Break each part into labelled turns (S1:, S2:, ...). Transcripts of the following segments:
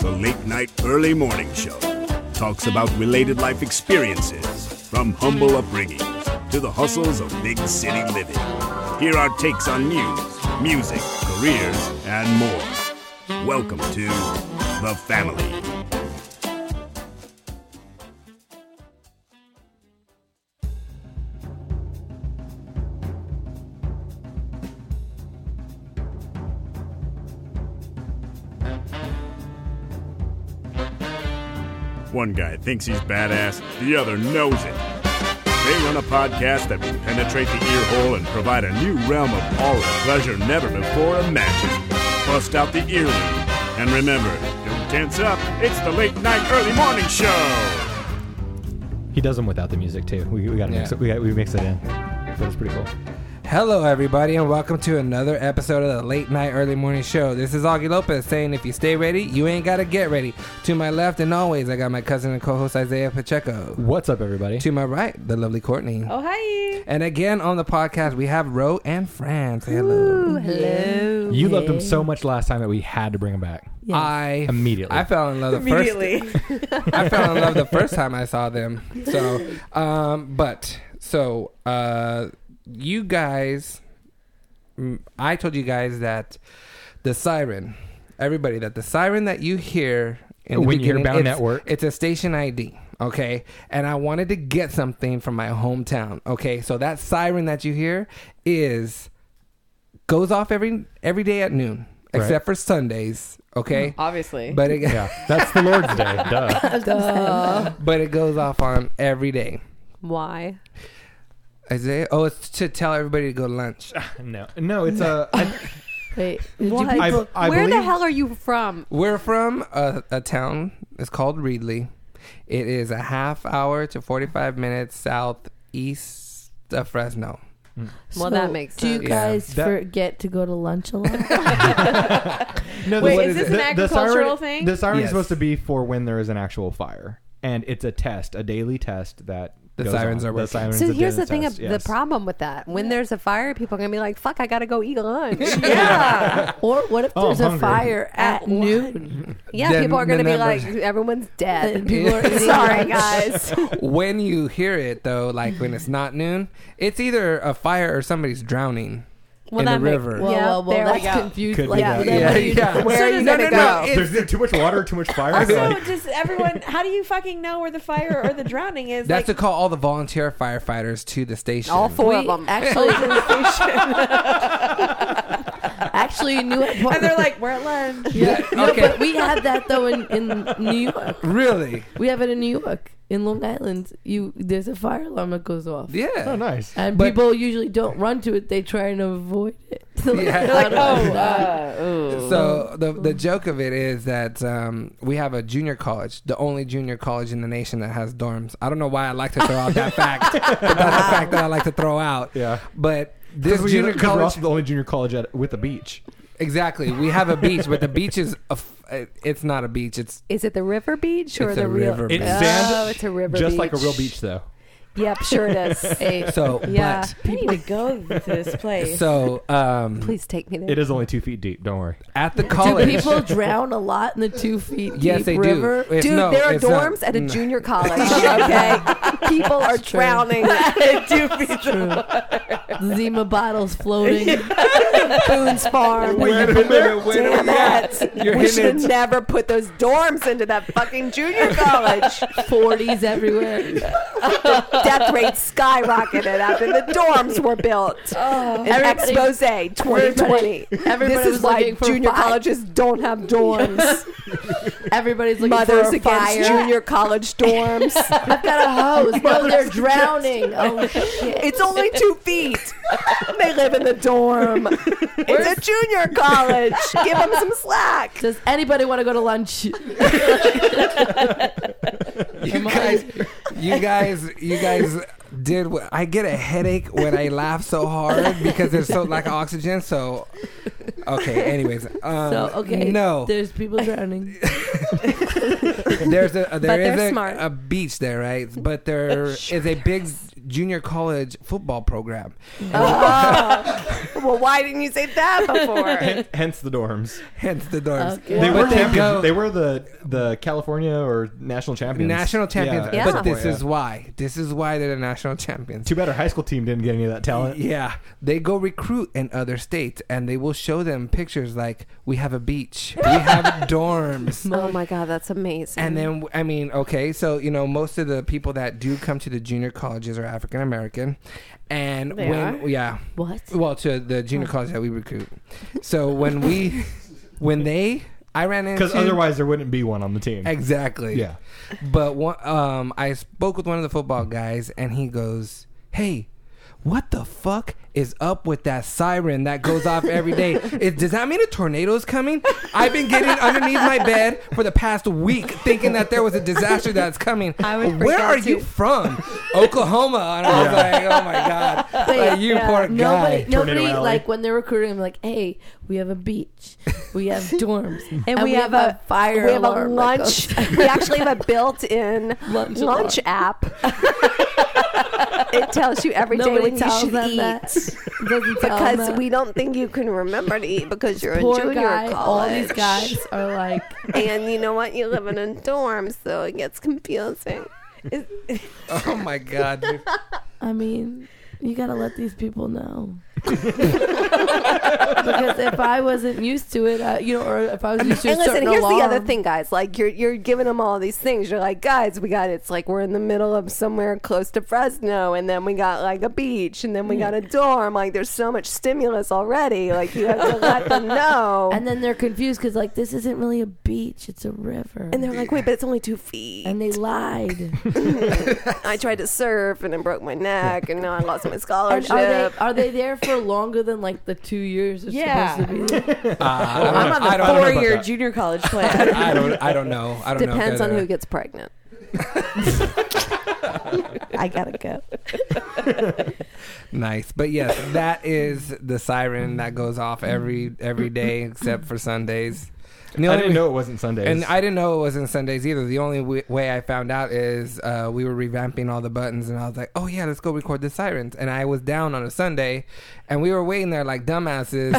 S1: The Late Night Early Morning Show talks about related life experiences from humble upbringings to the hustles of big city living. Here are takes on news, music, careers, and more. Welcome to The Family. One guy thinks he's badass, the other knows it. They run a podcast that will penetrate the ear hole and provide a new realm of awe and pleasure never before imagined. Bust out the earlobe. And remember, don't tense up, it's the late night, early morning show.
S2: He does them without the music too. We, we gotta mix
S3: Yeah.
S2: it. We, got, we mix it in. But it's pretty cool.
S3: Hello, everybody, and welcome to another episode of the Late Night Early Morning Show. This is Augie Lopez saying, if you stay ready, you ain't got to get ready. To my left, and always, I got my cousin and co host Isaiah Pacheco.
S2: What's up, everybody?
S3: To my right, the lovely Courtney.
S4: Oh, hi.
S3: And again on the podcast, we have Ro and Fran. Say hello.
S4: hello.
S2: You loved him so much last time that we had to bring him back.
S3: I
S2: Immediately.
S3: I fell in love the
S4: Immediately.
S3: first. I fell in love the first time I saw them. So, um, but so uh, you guys, mm, I told you guys that the siren, everybody, that the siren that you hear in the
S2: When you hear
S3: beginning,
S2: Bound
S3: it's-
S2: Network.
S3: it's a station ID. Okay, and I wanted to get something from my hometown. Okay, so that siren that you hear is goes off every every day at noon,
S2: Right.
S3: except for Sundays. Okay,
S4: Mm-hmm. Obviously.
S3: but it
S2: Yeah, that's the Lord's Day. Duh.
S3: but it goes off on every day.
S4: Why?
S3: Isaiah, oh, it's to tell everybody to go to lunch.
S2: No, no, it's a. I,
S5: Wait,
S4: What?
S2: I- I
S4: Where the
S2: believe-
S4: hell are you from?
S3: We're from a, a town. It's called Reedley. It is a half hour to forty-five minutes southeast of Fresno.
S4: Well, that makes
S5: Do you
S3: Yeah.
S4: sense.
S5: guys
S2: That-
S5: forget to go to lunch a lot?
S2: no,
S4: Wait,
S2: what
S4: is this
S2: it?
S4: an
S2: siren-
S4: agricultural thing?
S2: The siren's
S3: Yes.
S2: supposed to be for when there is an actual fire, and it's a test, a daily test that
S3: The
S2: goes
S3: sirens
S2: on.
S3: are
S2: The
S3: working.
S2: sirens
S4: So
S2: are
S4: here's
S2: doing
S4: the thing:
S2: test,
S4: of
S2: yes.
S4: the problem with that. When there's a fire, people are gonna be like, "Fuck, I gotta go eat lunch." yeah,
S5: or what if
S2: Oh,
S5: there's
S2: I'm
S5: a
S2: hungry.
S5: fire at
S4: At one.
S5: noon?
S4: yeah.
S3: Then
S4: people are gonna
S3: the
S4: be
S3: numbers-
S4: like, "Everyone's dead."
S5: And people are eating
S4: sorry,
S5: lunch.
S4: guys.
S3: When you hear it though, like when it's not noon, it's either a fire or somebody's drowning
S4: Well,
S3: in the
S4: that make-
S3: river.
S5: Well,
S4: Yeah,
S5: well, well,
S4: there we
S5: that's
S4: go.
S5: confused.
S2: Could be
S5: like,
S2: that.
S5: then
S3: Yeah,
S5: what are you-
S3: yeah.
S5: where are
S4: So
S5: you
S4: does
S5: gonna
S4: it-
S5: go?
S4: no,
S3: it's-
S2: Oh, There's too much water, too much fire.
S4: So
S2: like,
S4: does everyone? How do you fucking know where the fire or the drowning is?
S3: That's
S4: like,
S3: to call all the volunteer firefighters to the station.
S4: all four of
S5: We
S4: them.
S5: actually- Actually, you knew it.
S4: and they're like, "We're at lunch."
S5: yeah. No,
S3: Okay.
S5: but we have that though in, in New York.
S3: Really?
S5: We have it in New York, in Long Island. You there's a fire alarm that goes off.
S3: Yeah.
S2: oh, nice.
S5: And
S3: But-
S5: people usually don't run to it; they try and avoid it.
S3: Yeah.
S5: They're
S4: Like, oh,
S5: "How do I not?"
S4: uh, ooh.
S3: So the the joke of it is that um, we have a junior college, the only junior college in the nation that has dorms. I don't know why I like to throw out that fact, but that's a fact that I like to throw out.
S2: Yeah.
S3: But this
S2: we,
S3: junior
S2: we're
S3: college,
S2: also the only junior college at, with a beach.
S3: exactly. We have a beach, but the beach is a f- it's not a beach. It's
S4: Is it the river beach or
S3: It's a
S4: the real?
S3: river
S2: It
S3: beach.
S2: sand,
S4: Oh, it's a river
S2: just
S4: beach.
S2: like a real beach, though.
S4: Yep, sure it is.
S3: so
S4: yeah, I need
S5: people-
S4: to go to this
S3: but
S4: place.
S3: so um,
S4: Please take me there.
S2: It is only two feet deep. Don't worry.
S3: at the
S5: Do
S3: college.
S5: people drown a lot in the two feet
S3: Yes,
S5: deep
S3: they do.
S5: river?
S3: It's-
S4: Dude,
S3: no,
S4: there are
S3: it's not-
S4: dorms at a
S3: no.
S4: junior college. okay, people are
S5: true.
S4: drowning. at two feet
S5: Zima bottles floating.
S4: Boone's Farm.
S3: Wait a minute, wait a
S4: Damn
S3: minute.
S4: it!
S3: You're
S4: we
S3: hitting
S4: should
S3: it.
S4: never put those dorms into that fucking junior college.
S5: 40s everywhere.
S4: Death rate skyrocketed after the dorms were built. An
S5: Oh. Everybody-
S4: expose 2020.
S5: everybody
S4: this is
S5: was
S4: why
S5: looking for
S4: junior
S5: five.
S4: colleges don't have dorms.
S5: Everybody's looking
S4: Mothers
S5: for a
S4: against
S5: fire.
S4: junior college dorms.
S5: I've got a hose. No, they're drowning. Oh shit!
S4: It's only two feet. They live in the dorm. It's a junior college. Give them some slack.
S5: Does anybody want to go to lunch?
S4: Uh,
S3: you guys, you guys, you guys did. What, I get a headache when I laugh so hard because there's so lack of oxygen. So, okay. Anyways, um,
S5: So okay,
S3: no,
S5: There's people drowning.
S3: there's a there
S4: they're
S3: is a,
S4: smart.
S3: a beach there, right? But there is a big junior college football program.
S4: well, why didn't you say that before?
S2: Hence the dorms.
S3: Hence the dorms.
S5: Okay.
S2: They
S5: But
S2: were
S3: they
S2: champions.
S3: go-
S2: They were the the California or national champions.
S3: National champions.
S2: at
S4: Yeah.
S2: some
S3: But
S2: point,
S3: this
S2: yeah.
S3: is why. This is why they're the national champions.
S2: too bad our high school team didn't get any of that talent.
S3: Yeah, they go recruit in other states, and they will show them pictures like we have a beach, we have dorms,
S4: oh my god, that's amazing.
S3: and then I mean, okay, so you know, most of the people that do come to the junior colleges are African American, and
S5: They
S3: when
S5: are?
S3: yeah,
S5: What? Oh.
S3: well, to the junior college that we recruit. So when we, when they, I ran into
S2: Because otherwise there wouldn't be one on the team.
S3: Exactly.
S2: Yeah.
S3: But one, um, I spoke with one of the football guys, and he goes, "Hey, what the fuck is up with that siren that goes off every day? It, does that mean a tornado is coming? I've been getting underneath my bed for the past week, thinking that there was a disaster that's coming.
S5: I would freak
S3: Where
S5: out,
S3: are you
S5: too.
S3: from? Oklahoma?" And I was like, "Oh my god, Like, you poor
S5: Nobody,
S3: guy."
S2: Tornado
S5: nobody
S2: alley.
S5: like when they're recruiting. I'm like, hey, we have a beach, we have dorms, and,
S4: and we, have, a
S5: fire.
S4: We have a
S5: alarm that goes-
S4: lunch. we actually have a built-in lunch,
S5: Lunch
S4: app. it tells you every day
S5: Nobody
S4: when you
S5: tells
S4: should
S5: them
S4: eat
S5: that. Doesn't tell them
S4: because
S5: that.
S4: we don't think you can remember to eat because you're in
S5: poor
S4: junior
S5: guy.
S4: college.
S5: All these guys are like,
S4: and you know what? You live in a dorm, so it gets confusing. It-
S3: Oh my god, dude.
S5: I mean, you gotta let these people know. because if I wasn't used to it, I, you know, or if I was used to
S4: and
S5: a
S4: listen,
S5: certain
S4: here's the other
S5: alarm-
S4: thing, guys. Like you're you're giving them all these things. You're like, guys, we got it's like we're in the middle of somewhere close to Fresno, and then we got like a beach, and then we got a dorm. Like there's so much stimulus already. Like you have to let them know.
S5: and then they're confused because like this isn't really a beach; it's a river,
S4: And they're like, wait, but it's only two feet.
S5: and they lied.
S4: I tried to surf and it broke my neck, and now I lost my
S5: And
S4: scholarship.
S5: are they are they there for longer than like the two years? It's
S4: Yeah.
S5: supposed to be.
S3: I don't know. I don't know about
S4: four-year
S2: that.
S4: junior college plan.
S3: I don't. I don't know. I don't know. if
S4: Depends
S3: they're
S4: on
S3: there.
S4: who gets pregnant. I gotta go.
S3: Nice, but yes, that is the siren that goes off every every day except for Sundays. And the
S2: I
S3: only
S2: didn't
S3: way-
S2: know it wasn't Sundays.
S3: and I didn't know it wasn't Sundays either. The only w- way I found out is uh, we were revamping all the buttons, and I was like, "Oh yeah, let's go record the sirens." And I was down on a Sunday, and we were waiting there like dumbasses,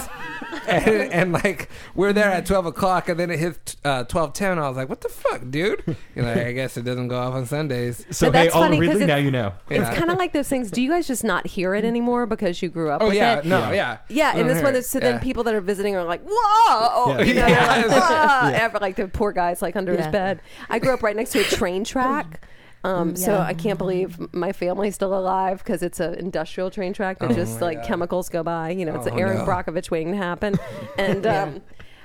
S3: and, and like we're there at twelve o'clock, and then it hits uh, twelve ten. I was like, "What the fuck, dude?" You're like, I guess it doesn't go off on Sundays.
S2: so
S4: But
S2: hey,
S4: that's
S2: Oliver
S4: funny 'cause
S2: Ridley,
S4: it's-
S2: now you know.
S3: Yeah.
S4: It's kind of like those things. Do you guys just not hear it anymore because you grew up
S3: Oh
S4: with
S3: yeah,
S4: it?
S3: no,
S2: Yeah.
S3: yeah,
S4: Yeah,
S3: We don't
S4: and this
S3: hear
S4: one
S3: it.
S4: is so then
S3: Yeah.
S4: people that are visiting are like, whoa!
S2: Yeah.
S4: You know, they're
S3: Yeah.
S4: like, "Whoa!" Ever, like the poor guy's like under
S5: Yeah. Mm,
S4: his bed. I grew up right next to a train track. Um, So
S5: Yeah.
S4: I can't believe my family's still alive because it's an industrial train track that
S3: Oh
S4: just
S3: my
S4: like
S3: God.
S4: chemicals go by. You know, it's
S3: Oh,
S4: Aaron
S3: no.
S4: Brockovich waiting to happen. And, um,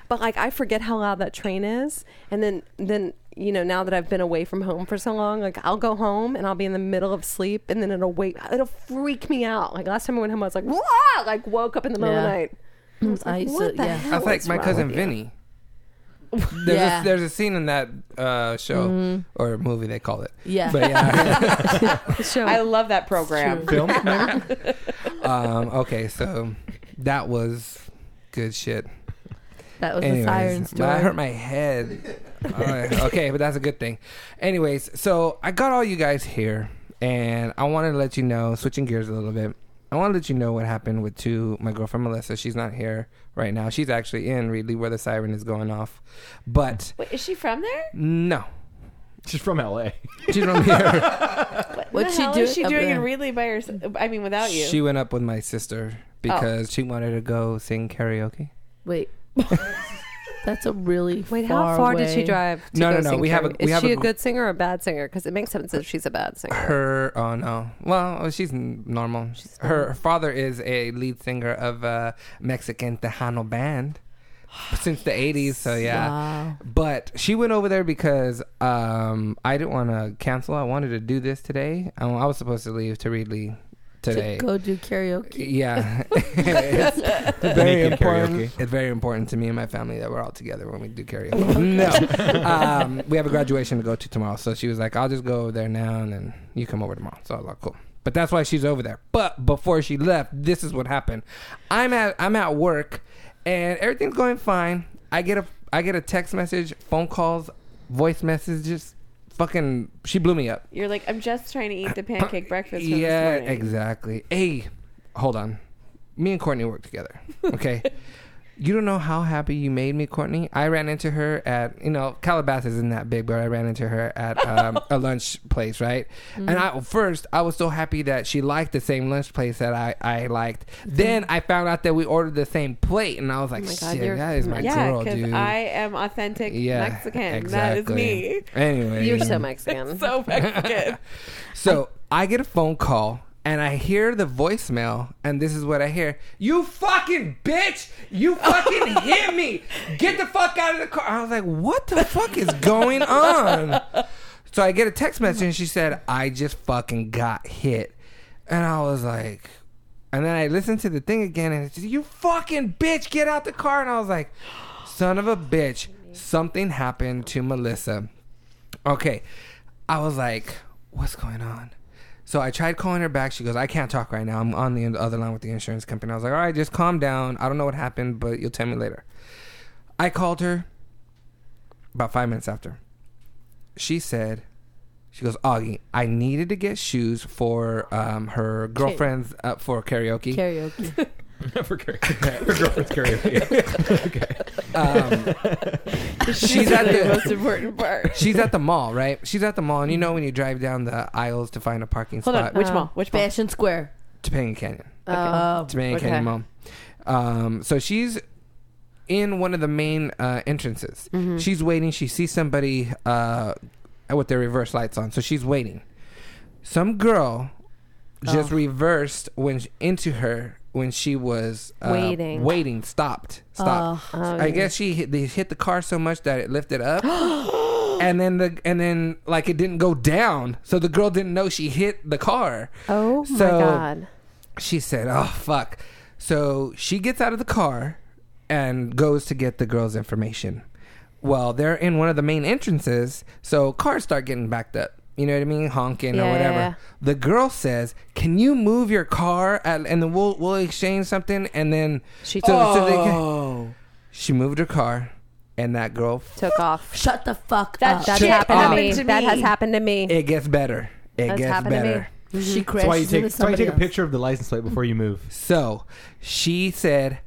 S4: but like, I forget how loud that train is. And then, then, you know, now that I've been away from home for so long, like I'll go home and I'll be in the middle of sleep and then it'll wake, it'll freak me out. Like last time I went home, I was like, whoa, like woke up in the middle of the
S5: Yeah.
S4: night.
S5: I used
S4: What
S5: to,
S4: the
S5: yeah.
S4: hell?
S3: I was like
S4: What's
S3: my
S4: wrong
S3: cousin
S4: with you?
S3: Vinny. There's,
S5: Yeah. Mm-hmm.
S3: a, there's a scene in that uh, show or movie they call it.
S5: Yeah.
S3: But yeah.
S6: I love that program.
S2: Film?
S3: um, okay, so that was good shit.
S5: That was
S3: Anyways,
S5: the siren story.
S3: I hurt my head. All right, okay, but that's a good thing. Anyways, so I got all you guys here, and I wanted to let you know, switching gears a little bit, I want to let you know what happened with two, my girlfriend Melissa. She's not here right now. She's actually in Reedley where the siren is going off. But
S6: Wait, is she from there?
S3: no,
S2: She's from LA.
S3: she's from here.
S5: What'd
S6: the
S5: she
S6: hell
S5: do
S6: is she
S5: up
S6: doing
S5: there?
S6: in Ridley by herself? I mean, without you. Oh.
S3: She went up with my sister because she wanted to go sing karaoke.
S5: Wait, that's a really
S4: Wait, how far did she
S5: away-
S4: drive? To
S3: No,
S4: go
S3: no, no,
S4: sing
S3: we have a-
S4: karaoke?
S3: we
S4: Is
S3: have
S4: she
S3: a
S4: a
S3: gr-
S4: good singer or a bad singer? Because it makes sense if she's a bad singer.
S3: Her, oh no. Well, oh, she's n- normal. her father is a lead singer of a Mexican Tejano band since the 80s, so yeah.
S5: Wow.
S3: But she went over there because um, I didn't want to cancel. I wanted to do this today. I, I was supposed to leave to Reedley today.
S5: To go do karaoke.
S3: Yeah, it's very
S2: Naked
S3: important.
S2: karaoke.
S3: It's very important to me and my family that we're all together when we do karaoke. no, um, we have a graduation to go to tomorrow, so she was like, "I'll just go over there now, and then you come over tomorrow." So I was like, "Cool." But that's why she's over there. But before she left, this is what happened. I'm at I'm at work, and everything's going fine. I get a I get a text message, phone calls, voice messages fucking she blew me up.
S6: You're like, I'm just trying to eat the pancake breakfast. From
S3: yeah,
S6: this morning.
S3: exactly. Hey, hold on. Me and Courtney work together. Okay. you don't know how happy you made me, Courtney. I ran into her at you know Calabasas isn't that big, but I ran into her at um, a lunch place, right? And
S6: Mm-hmm.
S3: I first I was so happy that she liked the same lunch place that I I liked. Then I found out that we ordered the same plate, and I was
S6: Oh
S3: like,
S4: my God,
S3: shit,
S4: you're-
S3: that is my
S6: Yeah,
S3: girl, dude.
S6: because I am authentic
S3: yeah,
S6: Mexican. That is
S3: exactly.
S6: me.
S3: Anyway,
S4: You're so Mexican.
S6: So Mexican.
S3: So I get a phone call and I hear the voicemail, and this is what I hear: "You fucking bitch! You fucking hit me! Get the fuck out of the car!" I was like, "What the fuck is going on?" So I get a text message, and she said, "I just fucking got hit," and I was like. And then I listened to the thing again, and it said, "You fucking bitch, get out the car!" And I was like, "Son of a bitch, something happened to Melissa." Okay. I was like, what's going on? So I tried calling her back. She goes, I can't talk right now. I'm on the other line with the insurance company. I was like, all right, just calm down. I don't know what happened, but you'll tell me later. I called her about five minutes after. She said, she goes, Augie, I needed to get shoes for um, her girlfriend's uh, for karaoke.
S5: Karaoke.
S2: for karaoke. For girlfriend's karaoke.
S3: Um, she's at
S6: the
S3: the
S6: most important part.
S3: she's at the mall, right? She's at the mall, and you know when you drive down the aisles to find a parking
S6: Hold on.
S3: spot,
S6: Which
S4: Uh,
S6: mall? Which mall?
S5: Fashion Square.
S3: Topanga Canyon.
S5: Oh.
S3: Topanga
S6: Okay.
S3: Canyon Mall. Um, so she's in one of the main uh, entrances.
S4: Mm-hmm.
S3: She's waiting. She sees somebody uh, with their reverse lights on, so she's waiting. Some girl just
S4: Oh.
S3: reversed when into her when she was uh,
S4: Waiting. Oh,
S3: Waiting. Stopped. Stopped. I guess she hit, they hit the car so much that it lifted up. And then the and then like it didn't go down, so the girl didn't know she hit the car
S4: Oh my
S3: So-
S4: god.
S3: she said, "Oh fuck." So she gets out of the car and goes to get the girl's information. Well, they're in one of the main entrances, so cars start getting backed up. You know what I mean, honking
S4: Yeah,
S3: or
S4: yeah,
S3: whatever.
S4: yeah.
S3: The girl says, "Can you move your car?" At, and then we'll we'll exchange something, and then
S4: She
S3: So- so
S4: took,
S3: they- she moved her car, and that girl
S4: took off.
S5: Shut the fuck
S6: That
S5: up.
S4: That's
S6: Shit
S4: happened to
S3: happened
S4: me.
S6: to
S4: That
S6: me.
S4: has happened to me.
S3: it gets better. It
S4: That's
S3: gets
S4: happened to me.
S3: better.
S5: she crashes
S2: That's why you take.
S5: into
S2: That's why you
S5: somebody
S2: take a
S5: else.
S2: picture of the license plate before you move.
S3: So she said,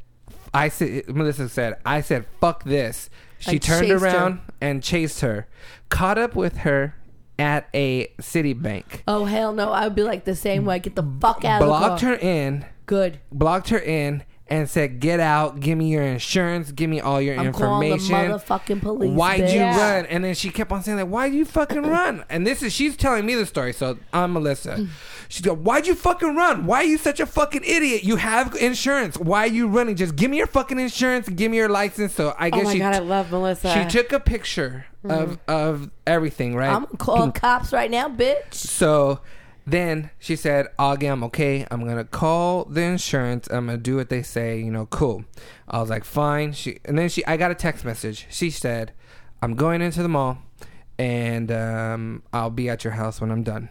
S3: I said, Melissa said, I said, fuck this. She
S5: I
S3: turned
S5: chased her.
S3: around and chased her, caught up with her at a Citibank,
S5: Oh hell no! I would be like the same way. Get the fuck out of
S3: blocked
S5: the car.
S3: her in,
S5: Good.
S3: blocked her in, and said, get out, give me your insurance, give me all your
S5: I'm calling the
S3: information.
S5: motherfucking police.
S3: Why'd
S5: bitch.
S3: you
S6: Yeah.
S3: run? And then she kept on saying like, "Why'd you fucking run?" And this is she's telling me the story. So I'm Melissa. She's going, "Why'd you fucking run? Why are you such a fucking idiot? You have insurance. Why are you running? Just give me your fucking insurance. and Give me your license." So I
S6: Oh
S3: guess
S6: my
S3: she
S6: god, I love Melissa.
S3: she took a picture of of everything, right?
S5: Mm-hmm. I'm gonna call cops right now, bitch.
S3: So then she said, Augie, I'm okay. I'm going to call the insurance. I'm going to do what they say. You know, cool. I was like, fine. She And then she, I got a text message. She said, I'm going into the mall and um, I'll be at your house when I'm done.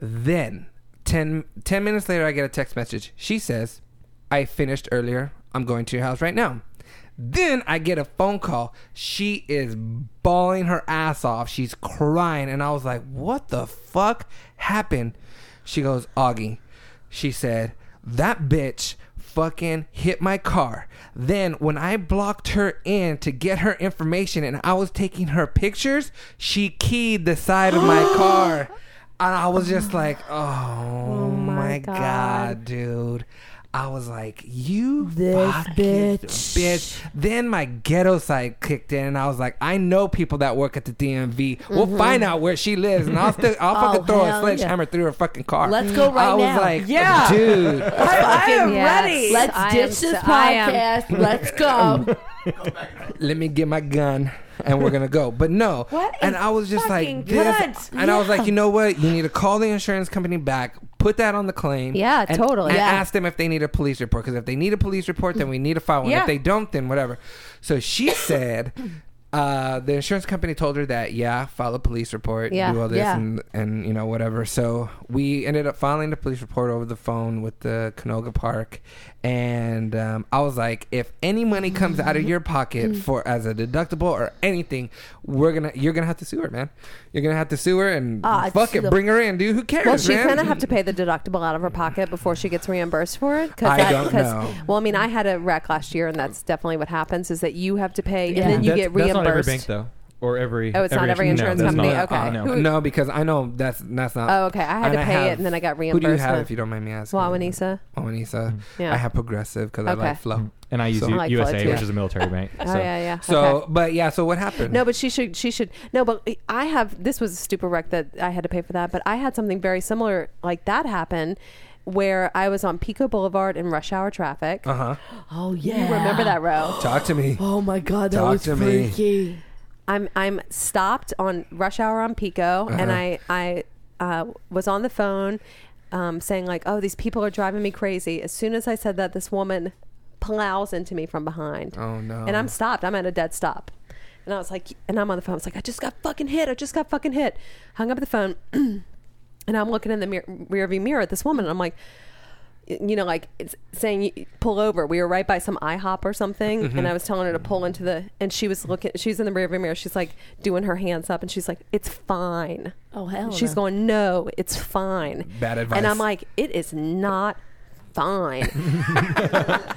S3: Then 10, 10 minutes later, I get a text message. She says, I finished earlier. I'm going to your house right now. Then I get a phone call. She is bawling her ass off. She's crying. And I was like, what the fuck happened? She goes, Augie. She said, that bitch fucking hit my car. Then when I blocked her in to get her information and I was taking her pictures, she keyed the side of my car. And I was just like, oh, my,
S4: God.
S3: God, dude. I was like, you
S5: This
S3: fucking
S5: bitch.
S3: bitch. Then my ghetto side kicked in, and I was like, I know people that work at the DMV. We'll find out where she lives, and I'll still, I'll
S5: Mm-hmm. Oh,
S3: fucking throw a
S5: hell
S3: sledgehammer through her fucking car.
S5: Let's go right
S3: I was
S5: now.
S3: like,
S6: Yeah.
S3: dude.
S6: I am
S4: Yes.
S6: ready.
S5: Let's
S4: I am
S5: ditch
S4: so-
S5: this
S4: I am-
S5: podcast. Let's go.
S3: let me get my gun and we're gonna go. But no.
S6: What a
S3: And I was just
S6: fucking
S3: like,
S6: cunt.
S3: and I was like, you know what? You need to call the insurance company back, put that on the claim.
S4: Yeah,
S3: and,
S4: totally.
S3: And
S5: Yeah.
S3: ask them if they need a police report. Because if they need a police report, then we need to file one.
S6: Yeah.
S3: If they don't, then whatever. So she said Uh, the insurance company told her that yeah, file a police report,
S4: Yeah.
S3: do all this,
S5: Yeah.
S3: and and you know whatever. So we ended up filing the police report over the phone with the Canoga Park, and um, I was like, if any money comes out of your
S4: Mm.
S3: pocket for as a deductible or anything, we're gonna you're gonna have to sue her, man. You're gonna have to sue her and
S4: Ah,
S3: fuck
S4: sue
S3: it,
S4: the-
S3: bring her in, dude. Who cares,
S4: Well, she
S3: man?
S4: kind of have to pay the deductible out of her pocket before she gets reimbursed for it.
S3: I
S4: that-
S3: don't know.
S4: Well, I mean, I had a wreck last year, and that's definitely what happens: is that you have to pay,
S5: Yeah.
S4: and then you
S2: that's,
S4: get reimbursed.
S2: That's not every bank though, or every.
S4: Oh, it's not every insurance
S2: no,
S4: company.
S2: That's not,
S4: Okay.
S2: no.
S4: Who-
S3: No, because I know that's that's not.
S4: Oh, okay. I had to
S3: I
S4: pay
S3: have-
S4: it, and then I got
S3: Who
S4: reimbursed.
S3: do you have, if you don't mind me asking?
S4: Wawanisa.
S3: Wawanisa.
S4: Mm. Yeah.
S3: I have Progressive because
S4: Okay. Mm.
S3: I like flow.
S2: And I use
S3: So-
S2: U-
S4: I like
S2: USA,
S4: Floyd,
S2: which
S4: too.
S2: is a military bank.
S4: Oh
S2: so.
S4: yeah, yeah.
S3: So,
S4: Okay.
S3: but yeah. So what happened?
S4: No, but she should. She should. No, but I have. This was a stupid wreck that I had to pay for that. But I had something very similar like that happen, where I was on Pico Boulevard in rush hour traffic.
S3: Uh huh.
S5: Oh
S4: You
S5: yeah.
S4: remember that row?
S3: Talk to me.
S5: Oh my god, that
S3: Talk
S5: was
S3: to me.
S5: freaky.
S4: I'm I'm stopped on rush hour on Pico, and I I uh, was on the phone um, saying like, oh, these people are driving me crazy. As soon as I said that, this woman plows into me from behind.
S3: Oh no.
S4: and I'm stopped. I'm at a dead stop. And I was like, and I'm on the phone. I was like, I just got fucking hit. I just got fucking hit. Hung up the phone. and I'm looking in the mir- rear view mirror at this woman. And I'm like, you know, like it's saying, pull over. We were right by some IHOP or something.
S3: Mm-hmm.
S4: And I was telling her to pull into the, and she was looking, she's in the rear view mirror. She's like doing her hands up and she's like, it's fine.
S5: Oh hell.
S4: She's
S5: no.
S4: going, no, it's fine.
S3: Bad advice.
S4: And I'm like, it is not fine.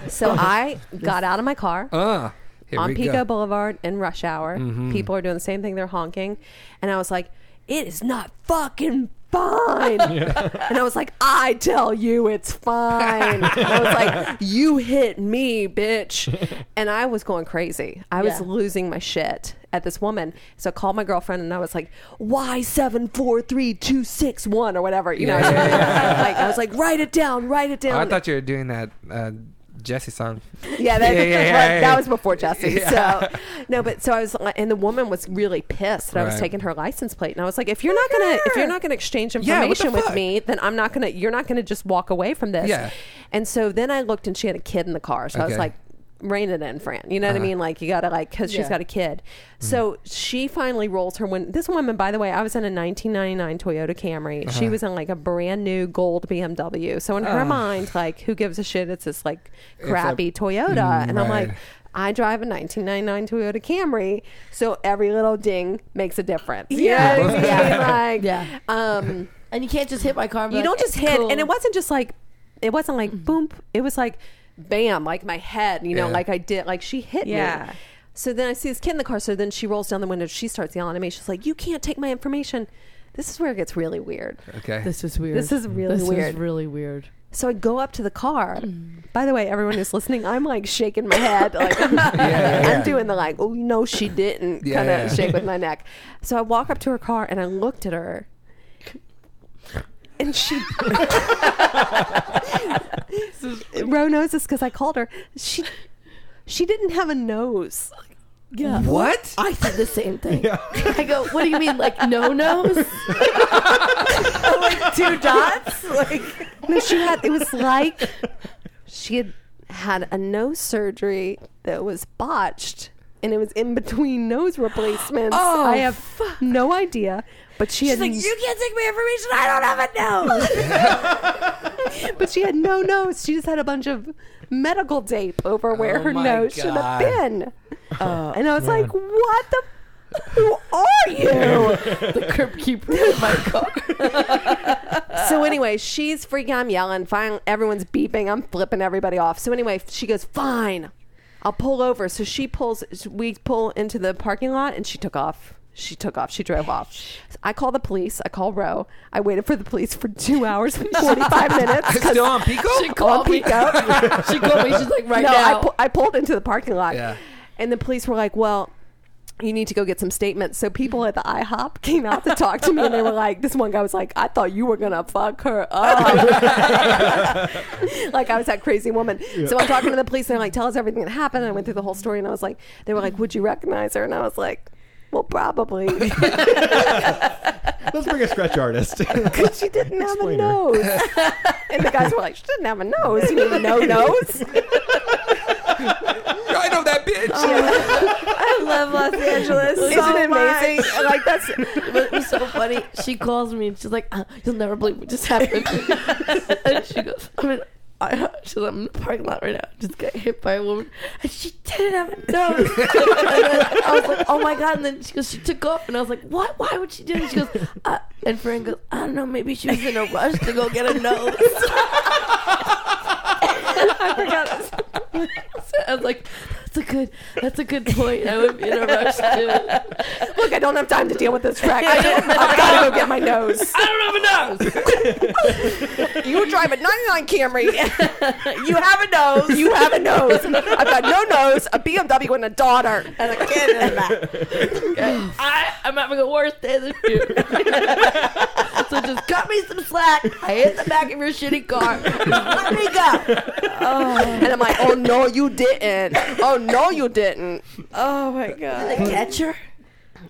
S4: so I got out of my car
S3: Uh, here
S4: on
S3: we
S4: Pico
S3: go. Mm-hmm.
S4: Boulevard in rush hour. People are doing the same thing; they're honking, and I was like, "It is not fucking fine." And I was like, "I tell you, it's fine." And I was like, "You hit me, bitch," and I was going crazy. I was
S5: Yeah.
S4: losing my shit at this woman. So I called my girlfriend, and I was like, "Y seven four three two six one or whatever." You know,
S3: Yeah, yeah,
S4: like I was like, "Write it down, write it
S3: Oh,
S4: down."
S3: I thought you were doing that uh, Jesse song.
S4: Yeah, that,
S3: Yeah, yeah, yeah, yeah.
S4: that was before Jesse. So no, but so I was, uh, and the woman was really pissed that I was
S3: Right.
S4: taking her license plate, and I was like, if you're not gonna, if you're not gonna exchange
S3: Yeah, what the
S4: information with
S3: fuck?
S4: me, then I'm not gonna, you're not gonna just walk away from this.
S3: Yeah.
S4: And so then I looked, and she had a kid in the car, so I was
S3: Okay. Uh-huh.
S4: like. Rein it in, Fran. You know what I mean? Like you gotta like because she's
S5: Yeah.
S4: got a kid.
S3: Mm-hmm.
S4: So she finally rolls her window. This woman, by the way, I was in a 1999 Toyota Camry. She
S3: Uh-huh.
S4: was in like a brand new gold BMW. So in her mind, like who gives a shit? It's this like crappy Toyota, and I'm like,
S3: Mm, right.
S4: I drive a 1999 Toyota Camry, so every little ding makes a difference. Yeah, you know what I mean? like,
S5: Yeah.
S4: um,
S5: And you can't just hit my car. and be
S4: you
S5: like,
S4: don't just hit,
S5: cool. Mm-hmm.
S4: and it wasn't just like, it wasn't like boom. It was like, bam, like my head, you know,
S3: Yeah.
S4: like I did, like she hit
S6: Yeah.
S4: me. So then I see this kid in the car. So then she rolls down the window. She starts yelling at me. She's like, "You can't take my information." This is where it gets really weird.
S3: Okay.
S5: This is weird.
S4: This is really
S5: This
S4: weird.
S5: is really weird.
S4: So I go up to the car. By the way, everyone who's listening, I'm like shaking my head. Like,
S3: Hmm. yeah, yeah.
S4: I'm doing the like, oh, no, she didn't
S3: Yeah,
S4: kind of
S3: yeah.
S4: shake with my neck. So I walk up to her car and I looked at her. And she. Ro knows this because I called her. She, she didn't have a nose.
S5: Yeah.
S3: what?
S5: I said the same thing. I go, what do you mean, like no nose?
S6: Two dots? Like,
S4: No, she had. It was like she had had a nose surgery that was botched, and it was in between nose replacements.
S6: Oh,
S4: I have no idea, but she
S6: she's
S4: had.
S6: like, you can't take my information. I don't have a nose.
S4: but she had no nose. She just had a bunch of medical tape over where
S3: Oh
S4: her
S3: my
S4: nose should have
S3: God. Oh,
S4: been. and I was like, "What the? Who are you?"
S5: the curb keeper in my car.
S4: so anyway, she's freaking. I'm yelling. Fine, everyone's beeping. I'm flipping everybody off. So anyway, she goes, "Fine, I'll pull over." So she pulls. We pull into the parking lot, and she took off. She took off. She drove off. So I call the police. I call Roe. I waited for the police for two hours and forty five minutes. 'cause-
S3: Still on Pico?
S5: She called me. she called me. She's like, right
S4: no,
S5: now.
S4: I, pu- I pulled into the parking lot.
S3: Yeah.
S4: And the police were like, well, you need to go get some statements. So people at the IHOP came out to talk to me, and they were like, "This one guy was like, I thought you were gonna fuck her up, like I was that crazy woman." So I'm talking to the police, and they're like, "Tell us everything that happened." And I went through the whole story, and I was like, "They were like, would you recognize her?" And I was like, "Well, probably, because
S2: Let's bring a scratch artist.
S4: she didn't have a
S2: Explain her.
S4: nose." and the guys were like, "She didn't have a nose. You mean no nose?"
S3: I know that
S4: Oh,
S3: bitch.
S6: I love Los Angeles.
S4: Isn't
S5: Oh
S4: it amazing?
S5: like that's it was so funny. She calls me and she's like, uh, "You'll never believe what just happened." and she goes, "I mean." I, she's like, I'm in the parking lot right now. Just got hit by a woman, and she didn't have a nose. and then I was like, "Oh my god!" And then she goes, "She took off," and I was like, "What? Why would she do that?" And she goes, uh, and Fran goes, "I don't know. Maybe she was in a rush to go get a nose." I forgot. I was like, "That's a good. That's a good point. I would be in a rush too."
S4: Look, I don't have time to deal with this track. I don't, I've got to go get my nose.
S5: I don't have a
S4: You drive a 99 Camry. you have a nose. You have a nose. I've got no nose, a BMW, and a daughter. And a kid in the back.
S5: nose. I, I'm having a worse day than you. so just cut me some slack. I hit the back of your shitty car. Let me go.
S4: And I'm like, oh, no, you didn't. Oh, no, you didn't.
S6: Oh my god.
S5: The catcher.